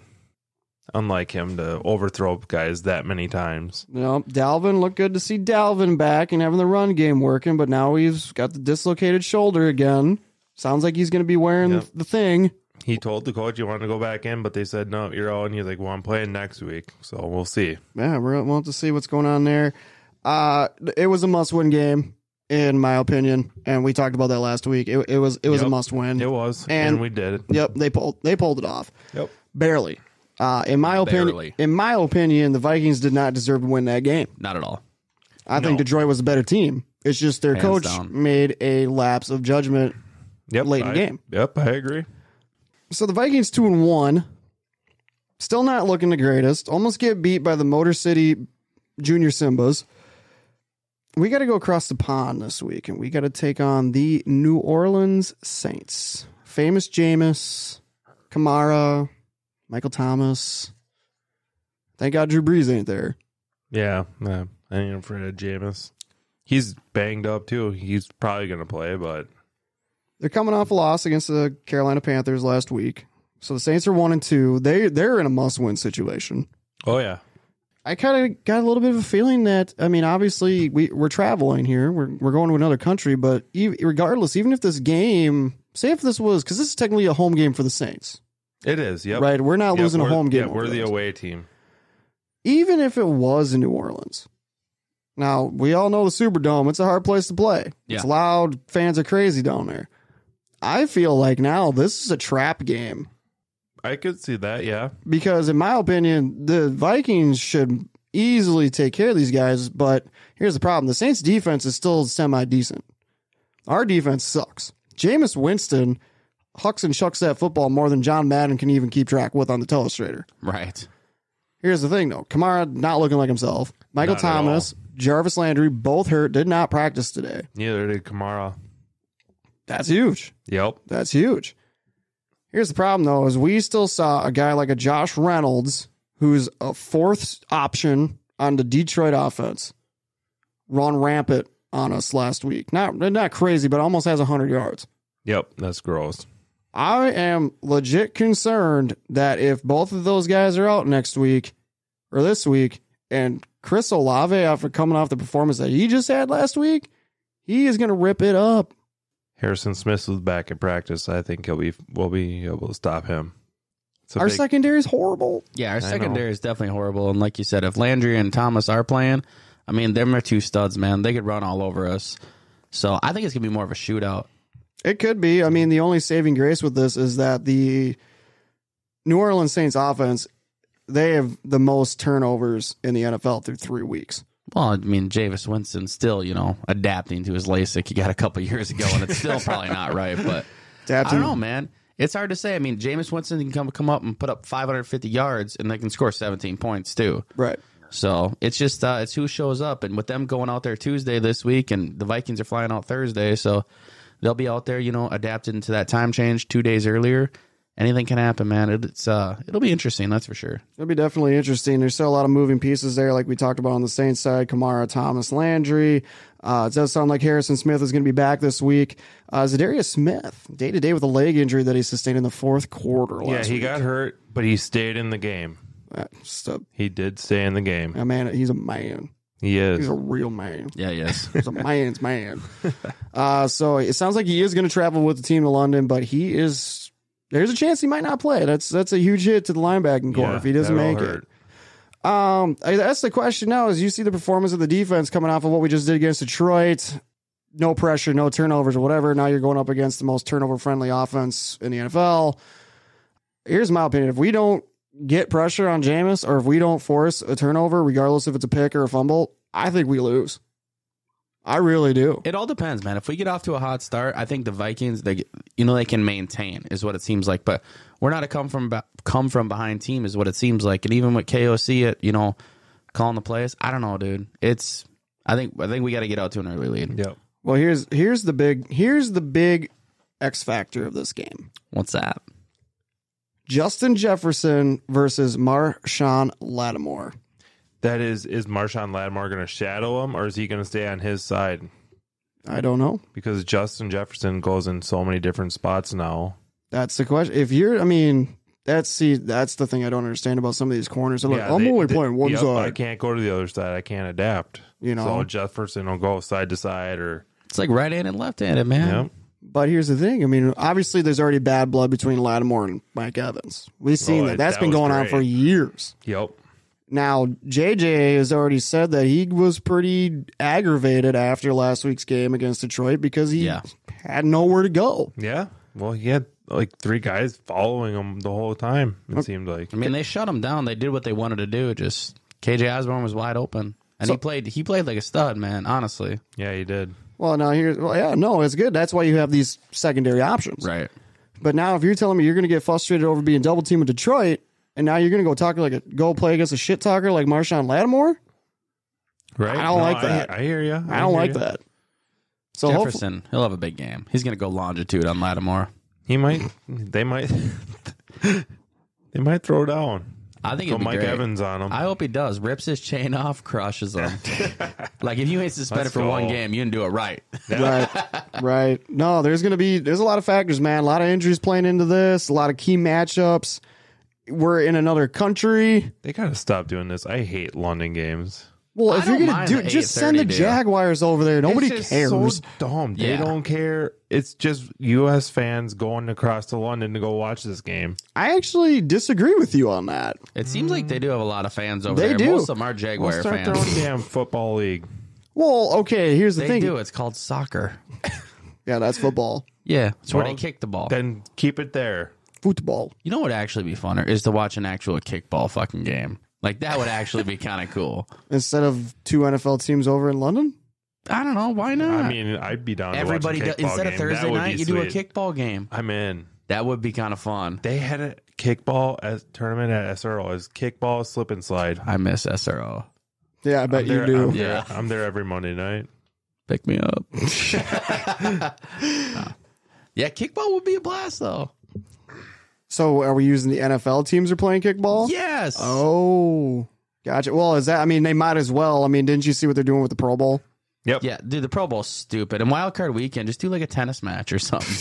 S3: unlike him to overthrow guys that many times.
S2: No, Dalvin looked good to see Dalvin back and having the run game working, but now he's got the dislocated shoulder again. Sounds like he's going to be wearing
S3: Yep.
S2: the thing.
S3: He told the coach he wanted to go back in, but they said no, you're out. And he's like, "Well, I'm playing next week, so we'll see."
S2: Yeah, we're, we'll have to see what's going on there. Uh, it was a must-win game, in my opinion, and we talked about that last week. It, it was it was a
S3: Yep.
S2: must-win.
S3: It was,
S2: And-
S3: and, we did it.
S2: Yep, they pulled they pulled it off
S3: Yep.
S2: barely. Uh, in my opinion,
S4: Barely.
S2: in my opinion, the Vikings did not deserve to win that game.
S4: Not at all.
S2: I think Detroit was the better team. It's just their
S4: Hands
S2: coach
S4: down.
S2: made a lapse of judgment
S3: Yep.
S2: Late in
S3: I-
S2: game.
S3: Yep, I agree.
S2: So the Vikings two and one, still not looking the greatest. Almost get beat by the Motor City Junior Simbas. We got to go across the pond this week, and we got to take on the New Orleans Saints. Famous Jameis, Kamara, Michael Thomas. Thank God Drew Brees ain't there.
S3: Yeah, uh, I ain't afraid of Jameis. He's banged up too. He's probably gonna play, but
S2: They're coming off a loss against the Carolina Panthers last week, so the Saints are one and two. They they're in a must win situation.
S3: oh yeah,
S2: I kind of got a little bit of a feeling that I mean, obviously we we're traveling here, we're we're going to another country, but e- regardless, even if this game, say if this was because this is technically a home game for the Saints,
S3: it is. Yep.
S2: right? We're not
S3: Yep,
S2: losing a
S3: we're-
S2: home game.
S3: Yeah, we're
S2: over
S3: the
S2: this.
S3: away team.
S2: even if it was in New Orleans. Now we all know the Superdome; it's a hard place to play.
S4: Yeah.
S2: It's loud, fans are crazy down there. I feel like now this is a trap game
S3: I could see that. Yeah.
S2: because in my opinion, the Vikings should easily take care of these guys. But here's the problem: the Saints' defense is still semi decent. Our defense sucks. Jameis Winston hucks and shucks that football more than John Madden can even keep track with on the telestrator.
S4: Right.
S2: Here's the thing, though: Kamara not looking like himself. Michael
S3: Not at
S2: Thomas, Jarvis Landry, both hurt. Did not practice today.
S3: Neither did Kamara.
S2: That's huge.
S3: Yep.
S2: That's huge. Here's the problem though, is we still saw a guy like a Josh Reynolds, who's a fourth option on the Detroit offense, run rampant on us last week. Not not crazy, but almost has hundred yards.
S3: Yep. That's gross.
S2: I am legit concerned that if both of those guys are out next week or this week, and Chris Olave, after coming off the performance that he just had last week, he is going to rip it up.
S3: Harrison Smith was back at practice. I think he'll be we'll be able to stop him. It's a
S2: Our
S3: big-
S2: secondary is horrible.
S4: Yeah, our
S3: know.
S4: secondary is definitely horrible. And like you said, if Landry and Thomas are playing, I mean, them are two studs, man. They could run all over us. So I think it's going to be more of a shootout.
S2: It could be. I mean, the only saving grace with this is that the New Orleans Saints offense, they have the most turnovers in the NFL through three weeks.
S4: Well, I mean, Javis Winston still, you know, adapting to his LASIK he got a couple years ago, and it's still probably not right. But I don't know, man. It's hard to say. I mean, Jameis Winston can come come up and put up 550 yards, and they can score 17 points too.
S2: Right.
S4: So it's just uh, it's who shows up, and with them going out there Tuesday this week, and the Vikings are flying out Thursday, so they'll be out there, you know, adapting to that time change two days earlier. Anything can happen, man. It, it's uh, it'll be interesting, that's for sure.
S2: It'll be definitely interesting. There's still a lot of moving pieces there, like we talked about on the Saints side. Kamara, Thomas, Landry. Uh, it does sound like Harrison Smith is going to be back this week. Uh, Zadarius Smith, day to day with a leg injury that he sustained in the fourth quarter
S3: Yeah,
S2: last
S3: he
S2: week.
S3: got hurt, but he stayed in the game.
S2: Uh, just a,
S3: He did stay in the game.
S2: a man. He's a man.
S3: He
S2: He's
S3: is.
S2: a real man.
S4: Yeah, yes.
S2: He's a man's man. Uh, so it sounds like he is going to travel with the team to London, but he is. There's a chance he might not play. That's that's a huge hit to the linebacking core
S3: Yeah,
S2: if he doesn't
S3: that all
S2: make it.
S3: hurt.
S2: Um, I, that's the question now. Is you see the performance of the defense coming off of what we just did against Detroit? No pressure, no turnovers, or whatever. Now you're going up against the most turnover friendly offense in the NFL. Here's my opinion: if we don't get pressure on Jameis, or if we don't force a turnover, regardless if it's a pick or a fumble, I think we lose. I really do.
S4: It all depends, man. If we get off to a hot start, I think the Vikings, they you know, they can maintain is what it seems like. But we're not a come from be- come from behind team is what it seems like. And even with KOC, at you know, calling the plays, I don't know, dude. It's I think I think we got to get out to an early lead.
S3: Yep.
S2: Well, here's here's the big here's the big X factor of this game:
S4: What's that?
S2: Justin Jefferson versus Marshawn Lattimore.
S3: That is, is Marshawn Lattimore going to shadow him, or is he going to stay on his side?
S2: I don't know.
S3: Because Justin Jefferson goes in so many different spots now.
S2: That's the question. If you're, I mean, that's see, that's the thing I don't understand about some of these corners. They're like, I'm
S3: they-
S2: only
S3: they-
S2: playing one
S3: yep, I
S2: side.
S3: can't go to the other side. I can't adapt.
S2: You know?
S3: so Jefferson will go side to side, or
S4: It's like right handed and left handed, man.
S3: yep.
S2: But here's the thing. I mean, obviously, there's already bad blood between Lattimore and Mike Evans. We've seen
S3: Oh,
S2: that.
S3: it-
S2: That's
S3: that
S2: been
S3: was
S2: going on
S3: great.
S2: for years.
S3: Yep.
S2: Now, JJ has already said that he was pretty aggravated after last week's game against Detroit because he
S4: Yeah.
S2: had nowhere to go.
S3: Yeah. Well, he had like three guys following him the whole time. It seemed like.
S4: I mean, they shut him down. They did what they wanted to do. Just KJ Osborne was wide open, and he played. He played like a stud, man. Honestly,
S3: Yeah, he did.
S2: Well, now here's, well, yeah, no, it's good. That's why you have these secondary options.
S4: right?
S2: But now, if you're telling me you're going to get frustrated over being double teamed with Detroit, and now you're going to go talk like a go play against a shit talker like Marshawn Lattimore,
S3: Right.
S2: I don't like that.
S3: I, hear you.
S2: I don't like that. So hopefully,
S4: Jefferson, he'll have a big game. He's gonna go longitude on Lattimore.
S3: He might. They might. they might throw down.
S4: I think
S3: Go
S4: it'll be
S3: Mike
S4: great.
S3: Evans on him.
S4: I hope he does. Rips his chain off, crushes him. like if you ain't suspended
S3: Let's
S4: for
S3: go.
S4: one game, you didn't do it right.
S2: right, right. No, there's going to be there's a lot of factors, man. A lot of injuries playing into this. A lot of key matchups. We're in another country.
S3: they gotta stop doing this. I hate London games.
S2: Well,
S4: I
S2: if you're
S4: don't
S2: gonna
S4: mind
S2: do
S4: the
S2: it, just send the
S4: 8:30 deal.
S2: Jaguars over there. Nobody
S3: It's just
S2: cares.
S3: So dumb. They
S4: Yeah.
S3: don't care. It's just U.S. fans going across to London to go watch this game.
S2: I actually disagree with you on that.
S4: It seems like they do have a lot of fans over
S2: They
S4: there.
S2: do.
S4: Most of them are
S3: We'll
S4: Jaguar
S3: start their own
S4: fans.
S3: damn football league.
S2: Well, okay, here's the
S4: They
S2: thing.
S4: do. It's called soccer.
S2: Yeah, that's football.
S4: Yeah, it's where
S3: Well,
S4: they kick the ball.
S3: Then keep it there.
S2: Football.
S4: You know what would actually be funner is to watch an actual kickball fucking game. Like that would actually be kind of cool.
S2: Instead of two NFL teams over in London?
S4: I don't know why not.
S3: I mean, I'd be down.
S4: everybody
S3: to
S4: does,
S3: watch a kickball
S4: instead of
S3: game. That
S4: Thursday
S3: would be
S4: night, you do a
S3: sweet.
S4: kickball game.
S3: I'm in.
S4: That would be kind of fun.
S3: They had a kickball as tournament at SRO. It's kickball slip and slide.
S4: I miss SRO.
S2: Yeah, I bet
S3: I'm
S2: you
S3: there-
S2: do.
S3: I'm there,
S4: Yeah.
S3: I'm there every Monday night.
S4: Pick me up. yeah, kickball would be a blast though.
S2: So are we using the NFL teams are playing kickball?
S4: Yes.
S2: Oh. Gotcha. Well, is that I mean they might as well. I mean, didn't you see what they're doing with the Pro Bowl?
S3: Yep.
S4: Yeah, dude, the Pro Bowl's stupid. And wild card weekend, just do like a tennis match or something.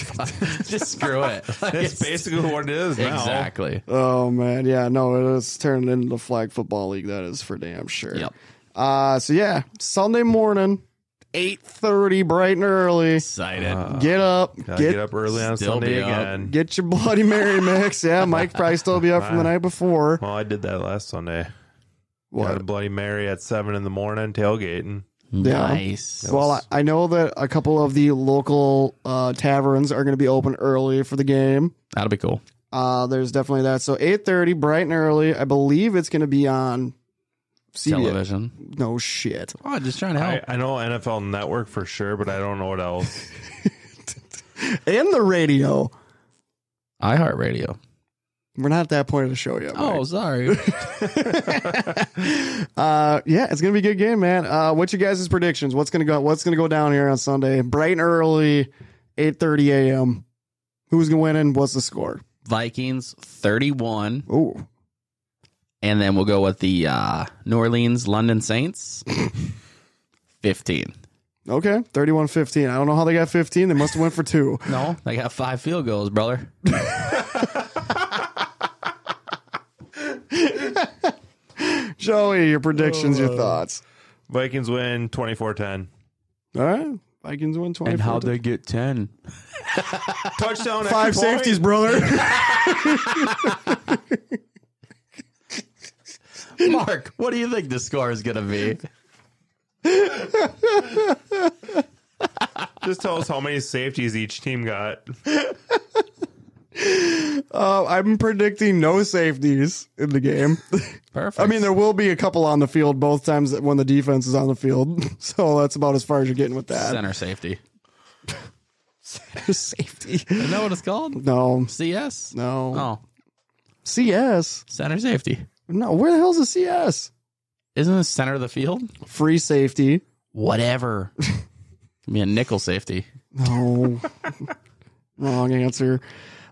S4: just screw it. Like,
S3: That's
S4: it's-
S3: basically what it is now.
S4: exactly.
S2: Oh man, yeah, no, it's turning into the flag football league, that is for damn sure.
S4: Yep.
S2: Uh so yeah, Sunday morning, eight thirty, bright and early.
S4: Excited.
S2: Get up.
S3: Gotta
S2: Get,
S3: get up early on
S4: Still
S3: Sunday
S4: be up.
S3: again.
S2: get your Bloody Mary mix. Yeah, Mike probably still be up from the night before.
S3: well, I did that last Sunday. Got a
S2: What?
S3: Bloody Mary at seven in the morning, tailgating.
S4: nice.
S2: Well, I, I know that a couple of the local uh, taverns are going to be open early for the game.
S4: That'll be cool.
S2: Uh, there's definitely that. So 8:30, bright and early. I believe it's going to be on CBS.
S4: Television.
S2: No shit.
S4: Oh, just trying to help.
S3: I, I know NFL Network for sure, but I don't know what else.
S2: And the radio.
S4: iHeartRadio.
S2: We're not at that point of the show yet.
S4: Oh,
S2: Mike.
S4: sorry.
S2: Uh, yeah, it's going to be a good game, man. Uh, what's your guys' predictions? What's going to go? What's going to go down here on Sunday? Bright and early, 8:30 a.m. Who's going to win and what's the score?
S4: Vikings 31.
S2: Oh,
S4: And then we'll go with the uh, New Orleans London Saints 15.
S2: okay, 31-15. I don't know how they got 15. They must have went for two.
S4: No, they got five field goals, brother.
S2: Joey, your predictions, your thoughts.
S3: Vikings win 24 10.
S2: All right. Vikings win 24.
S4: get 10?
S3: Touchdown, extra
S2: Five
S3: point.
S2: safeties, brother.
S4: Mark, what do you think the score is going to be?
S3: Just tell us how many safeties each team got.
S2: uh, I'm predicting no safeties in the game.
S4: Perfect.
S2: I mean, there will be a couple on the field both times that- when the defense is on the field. So that's about as far as you're getting with that.
S4: center safety.
S2: safety.
S4: Isn't that what it's called?
S2: No.
S4: CS?
S2: No.
S4: Oh,
S2: CS.
S4: center safety.
S2: No, where the hell's a CS?
S4: Isn't it center of the field?
S2: Free safety.
S4: Whatever.
S2: Oh.
S4: Give me a nickel safety.
S2: No. Wrong answer.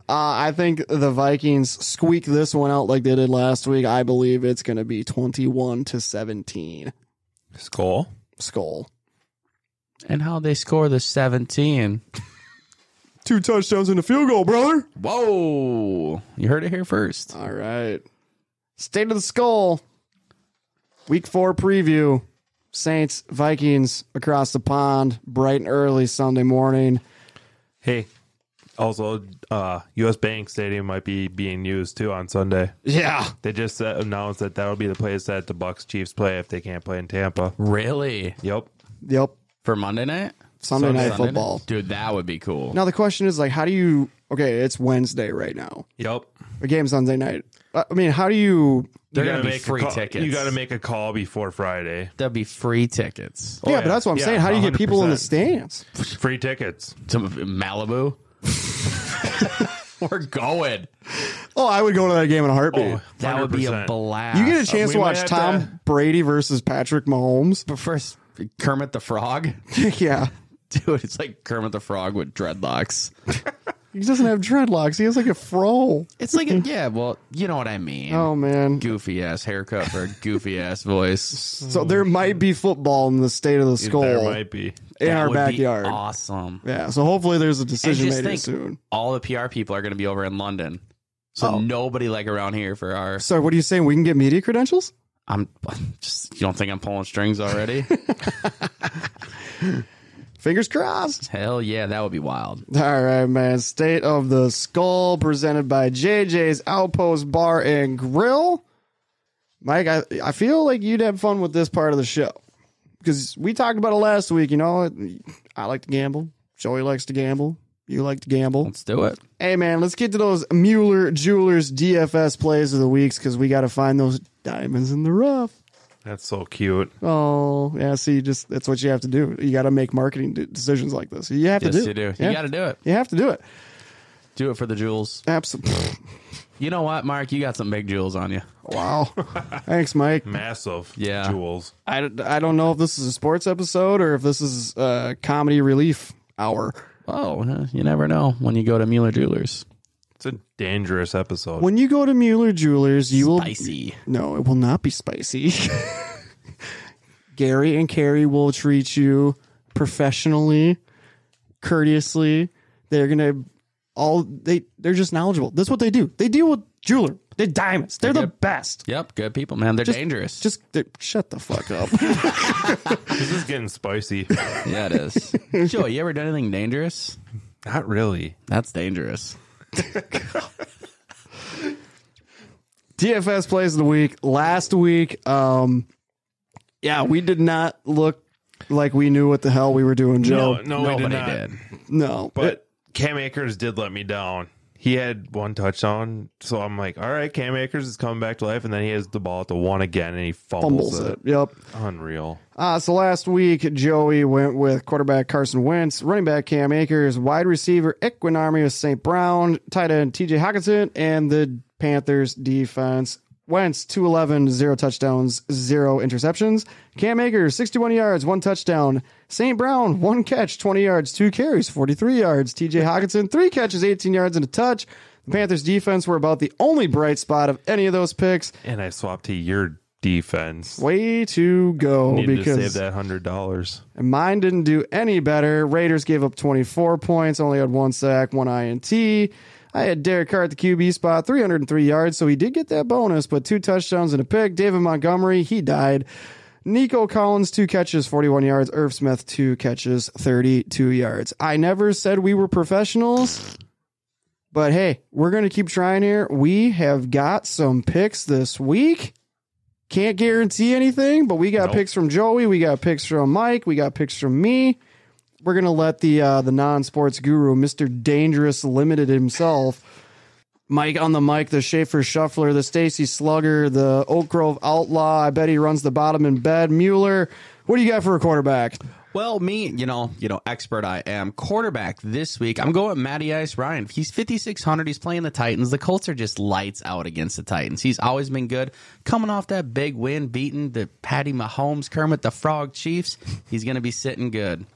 S2: Uh, I think the Vikings squeak this one out like they did last week. I believe it's going to be 21 to 17.
S3: Skull.
S2: Skull.
S4: And how they score the 17.
S2: Two touchdowns and a field goal, brother.
S4: Whoa. You heard it here first.
S2: All right. State of the Skull. Week four preview. Saints, Vikings across the pond, bright and early Sunday morning.
S3: Hey, also, uh, U.S. Bank Stadium might be being used too on Sunday.
S2: Yeah.
S3: They just uh, announced that that'll be the place that the Bucks Chiefs play if they can't play in Tampa.
S4: Really?
S3: Yep.
S2: Yep.
S4: For Monday night?
S2: Sunday,
S3: Sunday
S2: night
S4: Sunday night?
S2: football.
S4: Dude, that would be cool.
S2: Now the question is like, how do you? Okay, it's Wednesday right now.
S3: Yep.
S2: The game's on Sunday night. Uh, I I mean, how do you?
S4: They're
S3: You gotta
S4: going to be
S3: make a
S4: free
S3: call-
S4: tickets.
S3: You got to make a call before Friday.
S4: That'd be free tickets.
S2: yeah,
S3: yeah.
S2: but that's what I'm
S3: Yeah,
S2: saying. How do you get people in the
S3: 100%.
S2: stands?
S3: Free tickets.
S4: To Malibu? We're going.
S2: Oh, I would go to that game in a heartbeat.
S4: That would be a
S3: 100%.
S4: blast.
S2: you get a chance
S3: Oh, we
S2: to
S3: might
S2: watch
S3: have
S2: Tom
S3: to-
S2: Brady versus Patrick Mahomes.
S4: But first, Kermit the Frog.
S2: yeah,
S4: Dude, it's like Kermit the Frog with dreadlocks.
S2: he doesn't have dreadlocks. He has like a fro.
S4: It's like, a, yeah, well, you know what I mean.
S2: Oh man.
S4: Goofy ass haircut for a goofy ass voice.
S2: So there might be football in the state of the
S3: There
S2: skull
S3: might be.
S2: in
S4: That
S2: our
S4: would Hmm. be
S2: backyard.
S4: awesome.
S2: Yeah. So hopefully there's a
S4: And
S2: decision
S4: just
S2: made
S4: think,
S2: soon.
S4: all the PR people are going to be over in London, so
S2: Oh.
S4: nobody like around here for our.
S2: So what are you saying? We can get media credentials?
S4: I'm just. You don't think I'm pulling strings already?
S2: Fingers crossed.
S4: Hell yeah, that would be wild.
S2: All right, man. State of the Skull presented by JJ's Outpost Bar and Grill. Mike, I, I feel like you'd have fun with this part of the show because we talked about it last week. You know, I like to gamble. Joey likes to gamble. You like to gamble.
S4: Let's do it.
S2: Hey, man, let's get to those Mueller Jewelers DFS plays of the weeks because we got to find those diamonds in the rough.
S3: That's so cute.
S2: Oh, yeah. See, just that's what you have to do. You got to make marketing de- decisions like this. You have
S4: Yes,
S2: to do.
S4: you do.
S2: Yeah.
S4: You got to do it.
S2: You have to do it.
S4: Do it for the jewels.
S2: Absolutely.
S4: You know what, Mark? You got some big jewels on you.
S2: Wow. Thanks, Mike.
S3: Massive.
S4: Yeah.
S3: Jewels.
S2: I, I don't know if this is a sports episode or if this is a comedy relief hour.
S4: Oh, huh, you never know when you go to Mueller Jewelers.
S3: It's a dangerous episode.
S2: When you go to Mueller Jewelers, you will.
S4: Spicy.
S2: No, it will not be spicy. Gary and Carrie will treat you professionally, courteously. They're gonna all they they're just knowledgeable. That's what they do. They deal with jeweler. They're diamonds. They're the
S4: Yep.
S2: best.
S4: Yep, good people, man. They're dangerous.
S2: Just they're- shut the fuck up.
S3: this is getting spicy.
S4: yeah, it is. Joey, you ever done anything dangerous?
S3: Not really.
S4: That's dangerous.
S2: DFS plays of the week. Last week, um, yeah, we did not look like we knew what the hell we were doing, Joe.
S3: no, we did
S4: Nobody
S3: not.
S4: did.
S2: No,
S3: But Cam Akers did let me down. He had one touchdown, so I'm like, all right, Cam Akers is coming back to life, and then he has the ball at the one again, and he fumbles,
S2: fumbles
S3: it.
S2: it. Yep.
S3: Unreal.
S2: Uh, so last week, Joey went with quarterback Carson Wentz, running back Cam Akers, wide receiver Equin Army with St. Brown, tight end TJ Hawkinson, and the Panthers defense. Wentz, 211, zero touchdowns, zero interceptions. Cam Akers, 61 yards, one touchdown. St. Brown, one catch, 20 yards, two carries, 43 yards. TJ Hawkinson, three catches, 18 yards, and a touch. The Panthers defense were about the only bright spot of any of those picks.
S3: And I swapped to your defense.
S2: Way to go
S3: Needed
S2: because
S3: to save that hundred dollars.
S2: and mine didn't do any better. Raiders gave up 24 points, only had one sack, one INT. I had Derek Carr at the QB spot, 303 yards, so he did get that bonus, but two touchdowns and a pick. David Montgomery, he died. Nico Collins, two catches, 41 yards. Irv Smith, two catches, 32 yards. I never said we were professionals, but hey, we're going to keep trying here. We have got some picks this week. Can't guarantee anything, but we got
S3: Nope.
S2: picks from Joey, we got picks from Mike, we got picks from me. We're gonna let the uh, the non sports guru, Mister Dangerous Limited himself, Mike on the mic, the Schaefer Shuffler, the Stacy Slugger, the Oak Grove Outlaw. I bet he runs the bottom in bed. Mueller, what do you got for a quarterback?
S4: Well, me, you know, you know, expert I am. Quarterback this week, I'm going with Matty Ice Ryan. He's 5600. He's playing the Titans. The Colts are just lights out against the Titans. He's always been good. Coming off that big win, beating the Patty Mahomes, Kermit the Frog Chiefs, he's going to be sitting good.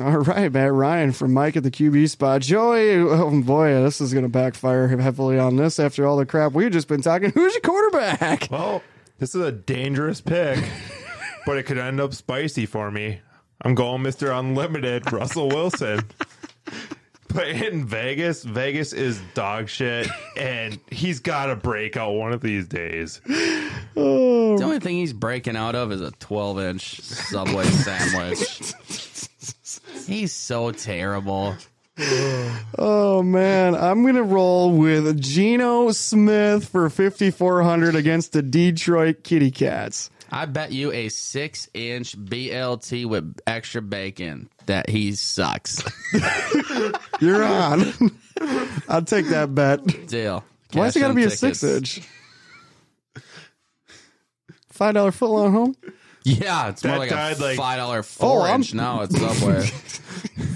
S2: All right, Matt Ryan from Mike at the QB spot. Joey, oh boy, this is going to backfire heavily on this after all the crap we've just been talking. Who's your quarterback?
S3: Well, this is a dangerous pick, but it could end up spicy for me. I'm going Mr. Unlimited, Russell Wilson. But in Vegas, Vegas is dog shit, and he's got to break out one of these days.
S4: The only thing he's breaking out of is a 12 inch Subway sandwich. he's so terrible.
S2: Oh man, I'm going to roll with Geno Smith for 5400 against the Detroit Kitty Cats.
S4: I bet you a six inch BLT with extra bacon that he sucks.
S2: You're on. I'll take that bet.
S4: Deal.
S2: Why's it
S4: Cash
S2: got to
S4: in
S2: be
S4: tickets.
S2: a six inch? Five dollar foot long home.
S4: Yeah, it's
S3: That
S4: more like a
S3: died, like-
S4: five dollar
S2: Oh,
S4: four
S2: I'm-
S4: inch now at Subway.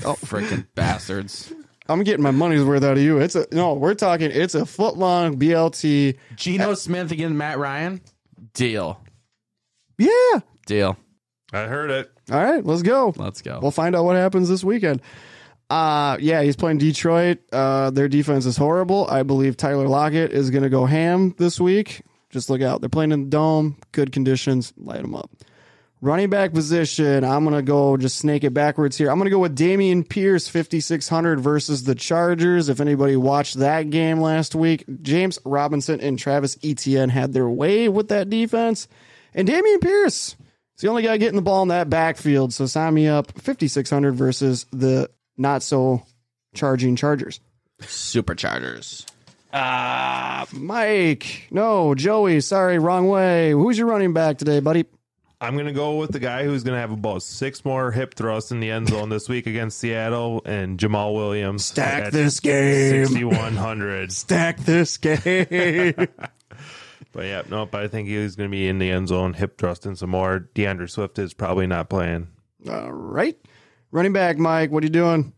S4: oh, freaking bastards!
S2: I'm getting my money's worth out of you. It's a no. We're talking. It's a foot long BLT.
S4: Geno Smith against Matt Ryan. Deal.
S2: Yeah.
S4: Deal.
S3: I heard it.
S2: All right. Let's go.
S4: Let's go.
S2: We'll find out what happens this weekend. Uh, yeah, he's playing Detroit. Uh, their defense is horrible. I believe Tyler Lockett is going to go ham this week. Just look out. They're playing in the dome. Good conditions. Light them up. Running back position. I'm going to go just snake it backwards here. I'm going to go with Damian Pierce, 5,600 versus the Chargers. If anybody watched that game last week, James Robinson and Travis Etienne had their way with that defense. And Damian Pierce is the only guy getting the ball in that backfield. So sign me up, 5,600 versus the not so charging Chargers.
S4: Superchargers.
S2: Mike. No, Joey. Sorry, wrong way. Who's your running back today, buddy?
S3: I'm going to go with the guy who's going to have about six more hip thrusts in the end zone this week against Seattle and Jamal Williams.
S2: Stack
S3: at
S2: this game.
S3: 6,100.
S2: Stack this game.
S3: But yeah, nope. I think he's going to be in the end zone, hip thrusting some more. DeAndre Swift is probably not playing.
S2: All right. Running back, Mike, what are you doing?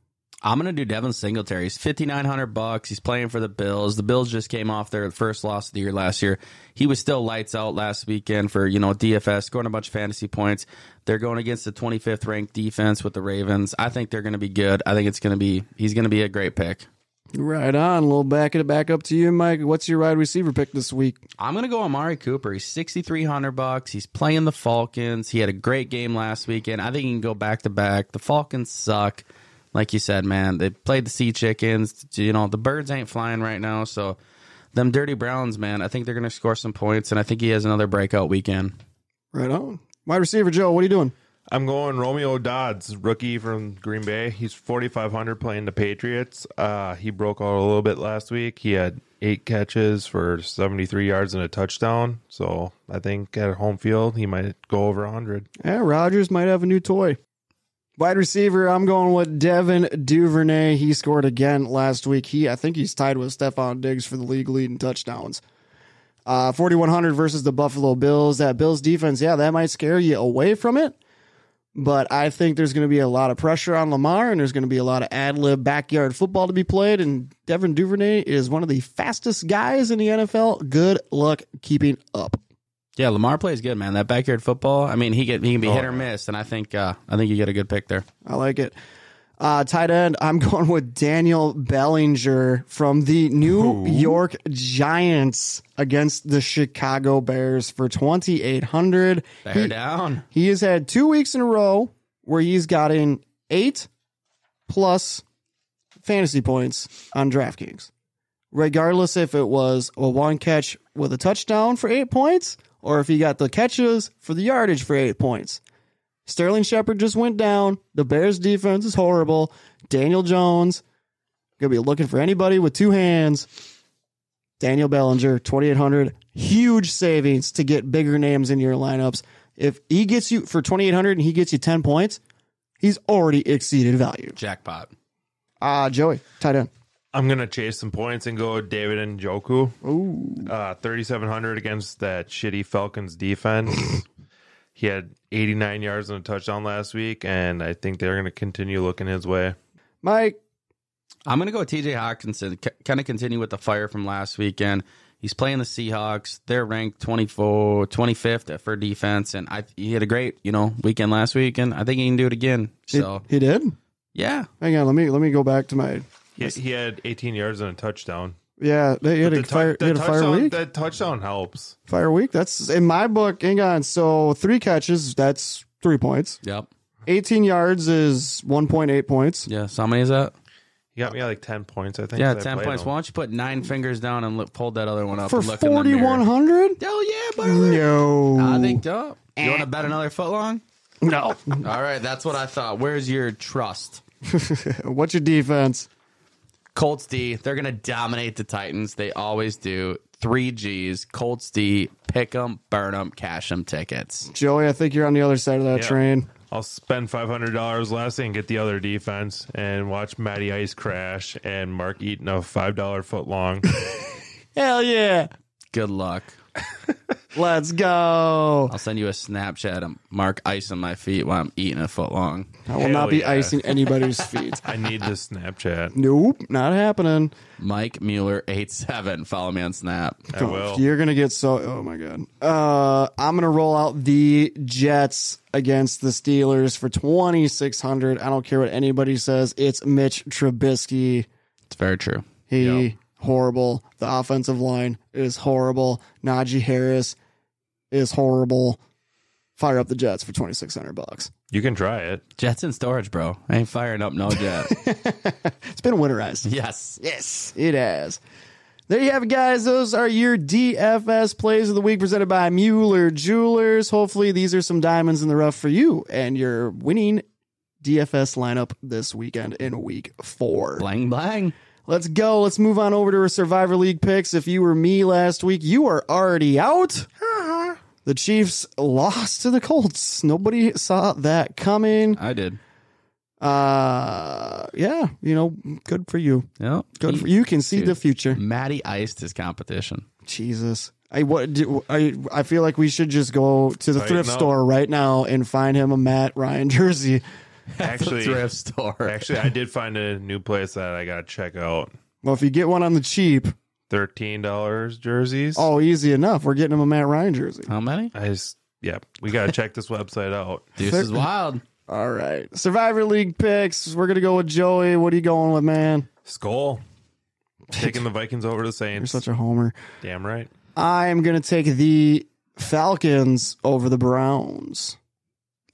S4: I'm gonna do Devin Singletary. He's 5,900 bucks. He's playing for the Bills. The Bills just came off their first loss of the year last year. He was still lights out last weekend for you know DFS, scoring a bunch of fantasy points. They're going against the 25th ranked defense with the Ravens. I think they're gonna be good. I think it's gonna be he's gonna be a great pick.
S2: Right on. A little back it back up to you, Mike. What's your wide receiver pick this week?
S4: I'm gonna go Amari Cooper. He's 6,300 bucks. He's playing the Falcons. He had a great game last weekend. I think he can go back to back. The Falcons suck, like you said, man. They played the Sea Chickens. You know the birds ain't flying right now. So them dirty Browns, man. I think they're gonna score some points, and I think he has another breakout weekend.
S2: Right on. Wide receiver, Joe, what are you doing?
S3: I'm going Romeo Dodds, rookie from Green Bay. He's 4,500 playing the Patriots. Uh, he broke out a little bit last week. He had eight catches for 73 yards and a touchdown. So I think at home field, he might go over 100.
S2: Yeah, Rogers might have a new toy. Wide receiver, I'm going with Devin Duvernay. He scored again last week. He, I think he's tied with Stephon Diggs for the league lead in touchdowns. Uh, 4,100 versus the Buffalo Bills. That Bills defense, yeah, that might scare you away from it. But I think there's going to be a lot of pressure on Lamar, and there's going to be a lot of ad lib backyard football to be played. And Devin Duvernay is one of the fastest guys in the NFL. Good luck keeping up.
S4: Yeah, Lamar plays good, man. That backyard football. I mean, he get he can be hit or miss, and I think uh, I think you get a good pick there.
S2: I like it. Uh, tight end, I'm going with Daniel Bellinger from the New York Giants against the Chicago Bears for 2,800.
S4: Bear
S2: He,
S4: down.
S2: he has had two weeks in a row where he's gotten eight plus fantasy points on DraftKings, regardless if it was a one catch with a touchdown for eight points or if he got the catches for the yardage for eight points. Sterling Shepard just went down. The Bears' defense is horrible. Daniel Jones gonna be looking for anybody with two hands. Daniel Bellinger, twenty eight hundred, huge savings to get bigger names in your lineups. If he gets you for twenty eight hundred and he gets you ten points, he's already exceeded value.
S4: Jackpot.
S2: Ah, Joey, tight end.
S3: I'm going to chase some points and go David and Joku.
S2: Ooh,
S3: uh, 3,700 against that shitty Falcons defense. he had 89 yards and a touchdown last week, and I think they're going to continue looking his way.
S2: Mike.
S4: I'm going to go with TJ Hawkinson, c- kind of continue with the fire from last weekend. He's playing the Seahawks. They're ranked 24, 25th for defense, and I, he had a great, you know, weekend last week, and I think he can do it again.
S2: He-
S4: So
S2: he did.
S4: Yeah.
S2: Hang on, let me let me go back to my
S3: He, he had 18 yards and a touchdown.
S2: yeah. They had
S3: But
S2: a
S3: the tou-
S2: fire.
S3: the
S2: they had a fire
S3: touchdown,
S2: week.
S3: that touchdown helps.
S2: fire week. That's in my book. Hang on. So three catches. That's three points.
S4: Yep.
S2: 18 yards is 1.8 points.
S4: Yeah. So how many is that?
S3: He got me at like 10 points, I think.
S4: Yeah,
S3: 'cause I
S4: ten
S3: played
S4: points.
S3: him.
S4: Why don't you put nine fingers down and look, pulled that other one up
S2: For
S4: and look in the mirror.
S2: 4,100?
S4: Hell yeah, Ah, brother.
S2: No. Eh.
S4: I think up. You want to bet another foot long?
S2: no.
S4: All right, that's what I thought. Where's your trust?
S2: What's your defense?
S4: Colts D, they're going to dominate the Titans. They always do. Three G's, Colts D, pick them, burn them, cash them tickets.
S2: Joey, I think you're on the other side of that
S3: Yeah.
S2: train.
S3: I'll spend $500 less and get the other defense and watch Matty Ice crash and Mark Eaton a $5 foot long.
S4: Hell yeah. Good luck.
S2: Let's go.
S4: I'll send you a Snapchat and mark ice on my feet while I'm eating a foot long.
S2: I will not be
S3: yeah.
S2: icing anybody's feet.
S3: I need this Snapchat.
S2: Nope, not happening.
S4: Mike Mueller 87. Follow me on Snap.
S3: I will.
S2: You're gonna get so. Oh my god. Uh, I'm gonna roll out the Jets against the Steelers for 2,600. I don't care what anybody says. It's Mitch Trubisky.
S4: It's very true.
S2: He horrible. The offensive line is horrible. Najee Harris is horrible. Fire up the Jets for 2,600 bucks.
S3: You can try it.
S4: Jets in storage, bro. I ain't firing up no jet.
S2: It's been winterized.
S4: yes.
S2: Yes, it has. There you have it, guys. Those are your DFS plays of the week presented by Mueller Jewelers. Hopefully, these are some diamonds in the rough for you and your winning DFS lineup this weekend in week four.
S4: Blang, blang.
S2: Let's go. Let's move on over to our Survivor League picks. If you were me last week, you are already out. the Chiefs lost to the Colts. Nobody saw that coming.
S4: I did.
S2: Uh, yeah, you know, good for you.
S4: Yep.
S2: Good for you. Can see the future.
S4: Matty iced his competition.
S2: Jesus. I what do, I I feel like we should just go to the
S3: Right
S2: thrift
S3: now.
S2: store right now and find him a Matt Ryan jersey.
S3: Actually,
S4: Thrift store.
S3: actually, I did find a new place that I got to check out.
S2: Well, if you get one on the cheap,
S3: $13 jerseys.
S2: oh, easy enough. We're getting him a Matt Ryan jersey.
S4: How many?
S3: I just, yeah, we got to check this website out.
S4: Deuce is wild.
S2: All right, Survivor League picks. We're gonna go with Joey. What are you going with, man?
S3: Skull. Taking the Vikings over to the
S2: You're
S3: Saints.
S2: such a homer.
S3: Damn right.
S2: I am gonna take the Falcons over the Browns.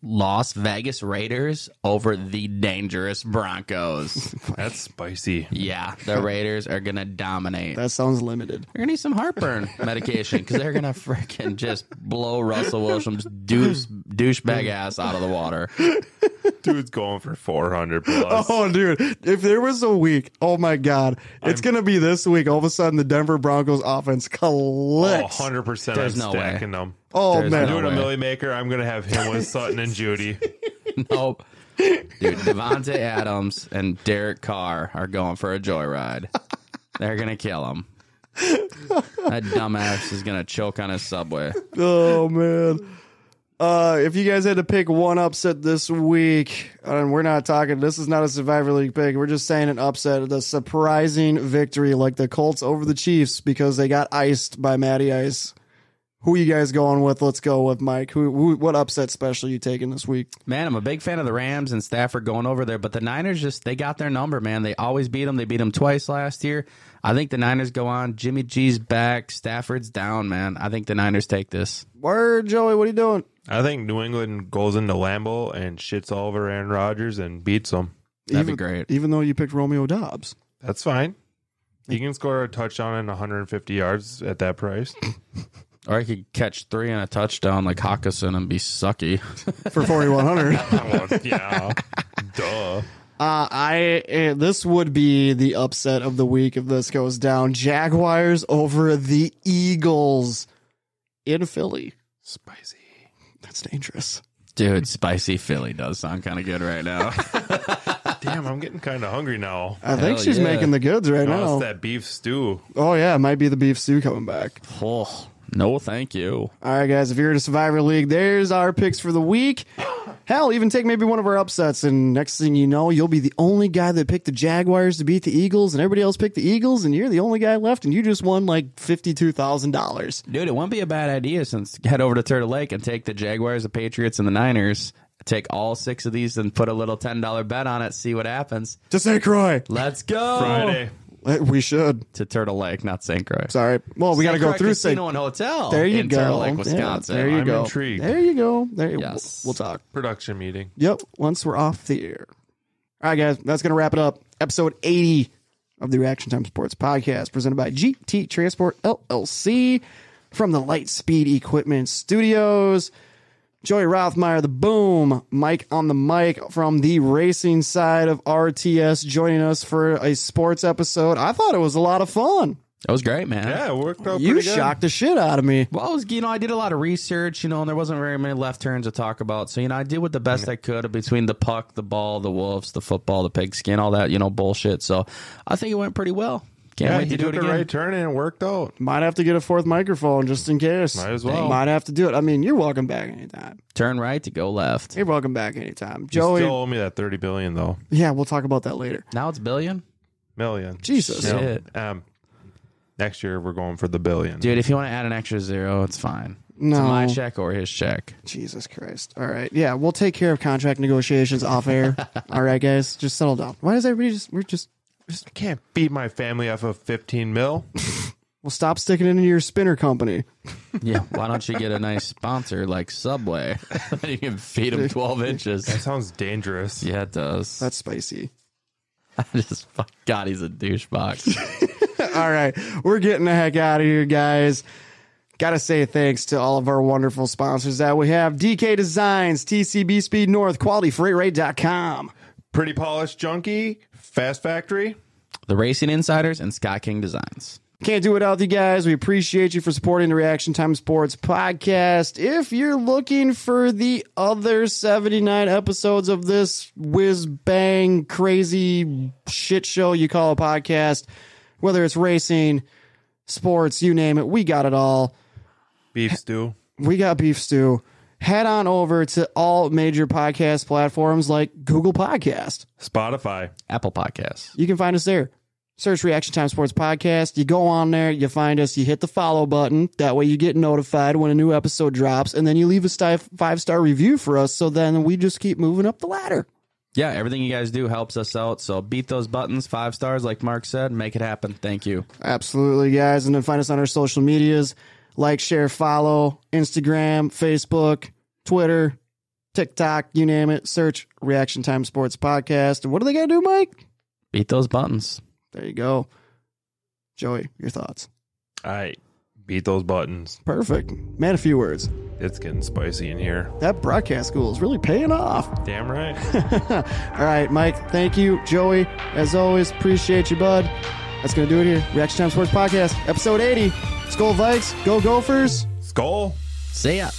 S4: Las Vegas Raiders over the dangerous Broncos.
S3: That's spicy.
S4: yeah, the Raiders are gonna dominate.
S2: That sounds limited.
S4: They're gonna need some heartburn medication because they're gonna freaking just blow Russell Wilson's douche douchebag ass out of the water.
S3: Dude's going for 400 plus.
S2: Oh, dude. If there was a week, oh my God, it's going to be this week. All of a sudden, the Denver Broncos offense
S3: Oh,
S2: collects. Oh,
S3: 100%
S4: There's
S3: I'm
S4: no way.
S3: stacking them.
S4: There's
S2: man.
S4: no
S3: Doing a
S4: way.
S3: Millie Maker, I'm going to have him with Sutton and Judy.
S4: Nope. Dude, Devonte Adams and Derek Carr are going for a joyride. They're gonna kill him. That dumbass is gonna choke on his subway.
S2: Oh, man. Uh, if you guys had to pick one upset this week, and we're not talking, this is not a Survivor League pick. We're just saying an upset, the surprising victory like the Colts over the Chiefs because they got iced by Matty Ice. Who you guys going with? Let's go with Mike. Who, who what upset special you taking this week?
S4: Man, I'm a big fan of the Rams and Stafford going over there, but the Niners just they got their number, man. They always beat them. They beat them twice last year. I think the Niners go on. Jimmy G's back, Stafford's down, man. I think the Niners take this.
S2: Word, Joey, what are you doing?
S3: I think New England goes into Lambeau and shits all over Aaron Rodgers and beats him.
S4: That'd
S2: even,
S4: be great.
S2: Even though you picked Romeo Dobbs.
S3: That's fine. You can score a touchdown and 150 yards at that price.
S4: Or I could catch three and a touchdown like Hawkinson and be sucky.
S2: for 4100 uh,
S3: Well, yeah. Duh.
S2: i uh, this would be the upset of the week if this goes down jaguars over the eagles in philly
S3: Spicy.
S2: that's dangerous
S4: Dude, spicy Philly does sound kind of good right now.
S3: Damn, I'm getting kind of hungry now.
S2: i think
S4: Hell
S2: she's
S4: yeah.
S2: making the goods right
S3: No, it's
S2: now
S3: that beef stew.
S2: oh yeah it might be the beef stew coming back
S4: oh, no, thank you.
S2: all right guys if you're in a survivor league there's our picks for the week hell even take maybe one of our upsets and next thing you know you'll be the only guy that picked the jaguars to beat the eagles and everybody else picked the eagles and you're the only guy left and you just won like $52000
S4: Dude, it wouldn't be a bad idea since head over to Turtle Lake and take the Jaguars, the Patriots, and the Niners Take all six of these and put a little ten dollar bet on it. See what happens.
S2: To St. Croix.
S4: Let's go
S3: Friday.
S2: Eh, We should.
S4: to Turtle Lake, not St. Croix.
S2: Sorry. Well, we got to
S4: St.
S2: go
S4: Croix
S2: through St.
S4: Casino and Hotel.
S2: There you
S4: in
S2: go.
S4: Turtle Lake,
S2: Yeah,
S4: Wisconsin.
S2: there you
S3: I'm
S2: go.
S3: intrigued.
S2: There you go. There you
S4: Yes.
S2: We'll talk.
S3: Production meeting.
S2: Yep. Once we're off the air. All right, guys. That's going to wrap it up. Episode 80 of the Reaction Time Sports Podcast, presented by GT Transport LLC from the Lightspeed Equipment Studios. Joey Rothmeyer, the boom. Mike on the mic from the racing side of RTS, joining us for a sports episode. I thought it was a lot of fun.
S4: That was great, man.
S3: Yeah, it worked out
S2: You
S3: pretty good.
S2: shocked the shit out of me.
S4: Well, I was, you know, I did a lot of research, you know, and there wasn't very many left turns to talk about. So, you know, I did what the best I could between the puck, the ball, the wolves, the football, the pigskin, all that, you know, bullshit. So I think it went pretty well. Can't
S3: Yeah,
S4: wait
S3: he
S4: to do
S3: took
S4: it
S3: the
S4: again.
S3: right turn and it worked out.
S2: Might have to get a fourth microphone just in case.
S3: Might as well.
S2: Might have to do it. I mean, you're welcome back anytime.
S4: Turn right to go left.
S2: You're welcome back anytime.
S3: You
S2: Joey.
S3: still owe me that thirty billion though.
S2: yeah, we'll talk about that later.
S4: Now it's billion.
S3: Million.
S2: Jesus.
S3: Yeah.
S4: Shit.
S3: Um, next year we're going for the billion.
S4: Dude, if you want to add an extra zero, it's fine.
S2: No.
S4: It's my check or his check.
S2: Jesus Christ. All right. Yeah, we'll take care of contract negotiations off air. All right, guys. Just settle down. Why does everybody just, we're just,
S3: I can't feed my family off of fifteen mil.
S2: well, stop sticking it into your spinner company.
S4: Yeah. Why don't you get a nice sponsor like Subway? you can feed him 12
S3: That
S4: inches.
S3: sounds dangerous.
S4: Yeah, it does.
S2: That's spicy.
S4: I just, fuck, God, he's a douchebox.
S2: All right. We're getting the heck out of here, guys. Got to say thanks to all of our wonderful sponsors that we have DK Designs, TCB Speed North, QualityFreightRate.com.
S3: Pretty polished junkie. Fast factory.
S4: the Racing Insiders and Scott King Designs.
S2: Can't do it without you guys. We appreciate you for supporting the Reaction Time Sports podcast. If you're looking for the other 79 episodes of this whiz bang crazy shit show you call a podcast, whether it's racing, sports, you name it, we got it all.
S3: Beef stew.
S2: We got beef stew. Head on over to all major podcast platforms like Google Podcast.
S3: Spotify.
S4: Apple Podcasts.
S2: You can find us there. Search Reaction Time Sports Podcast. You go on there, you find us, you hit the follow button. That way you get notified when a new episode drops, and then you leave a sti- five star review for us. So then we just keep moving up the ladder.
S4: Yeah, everything you guys do helps us out. So beat those buttons, five stars, like Mark said. Make it happen. Thank you.
S2: Absolutely, guys. And then find us on our social medias like, share, follow Instagram, Facebook, Twitter, TikTok, you name it. Search Reaction Time Sports Podcast. And what do they got to do, Mike?
S4: Beat those buttons.
S2: There you go. Joey, your thoughts.
S3: All right. Beat those buttons.
S2: Perfect. Man, a few words.
S3: It's getting spicy in here.
S2: that broadcast school is really paying off.
S3: Damn right.
S2: All right, Mike, thank you. Joey, as always, appreciate you, bud. That's going to do it here. Reaction Time Sports Podcast, episode 80. Let's go, Vikes. Go, Gophers.
S3: Skull.
S4: See ya.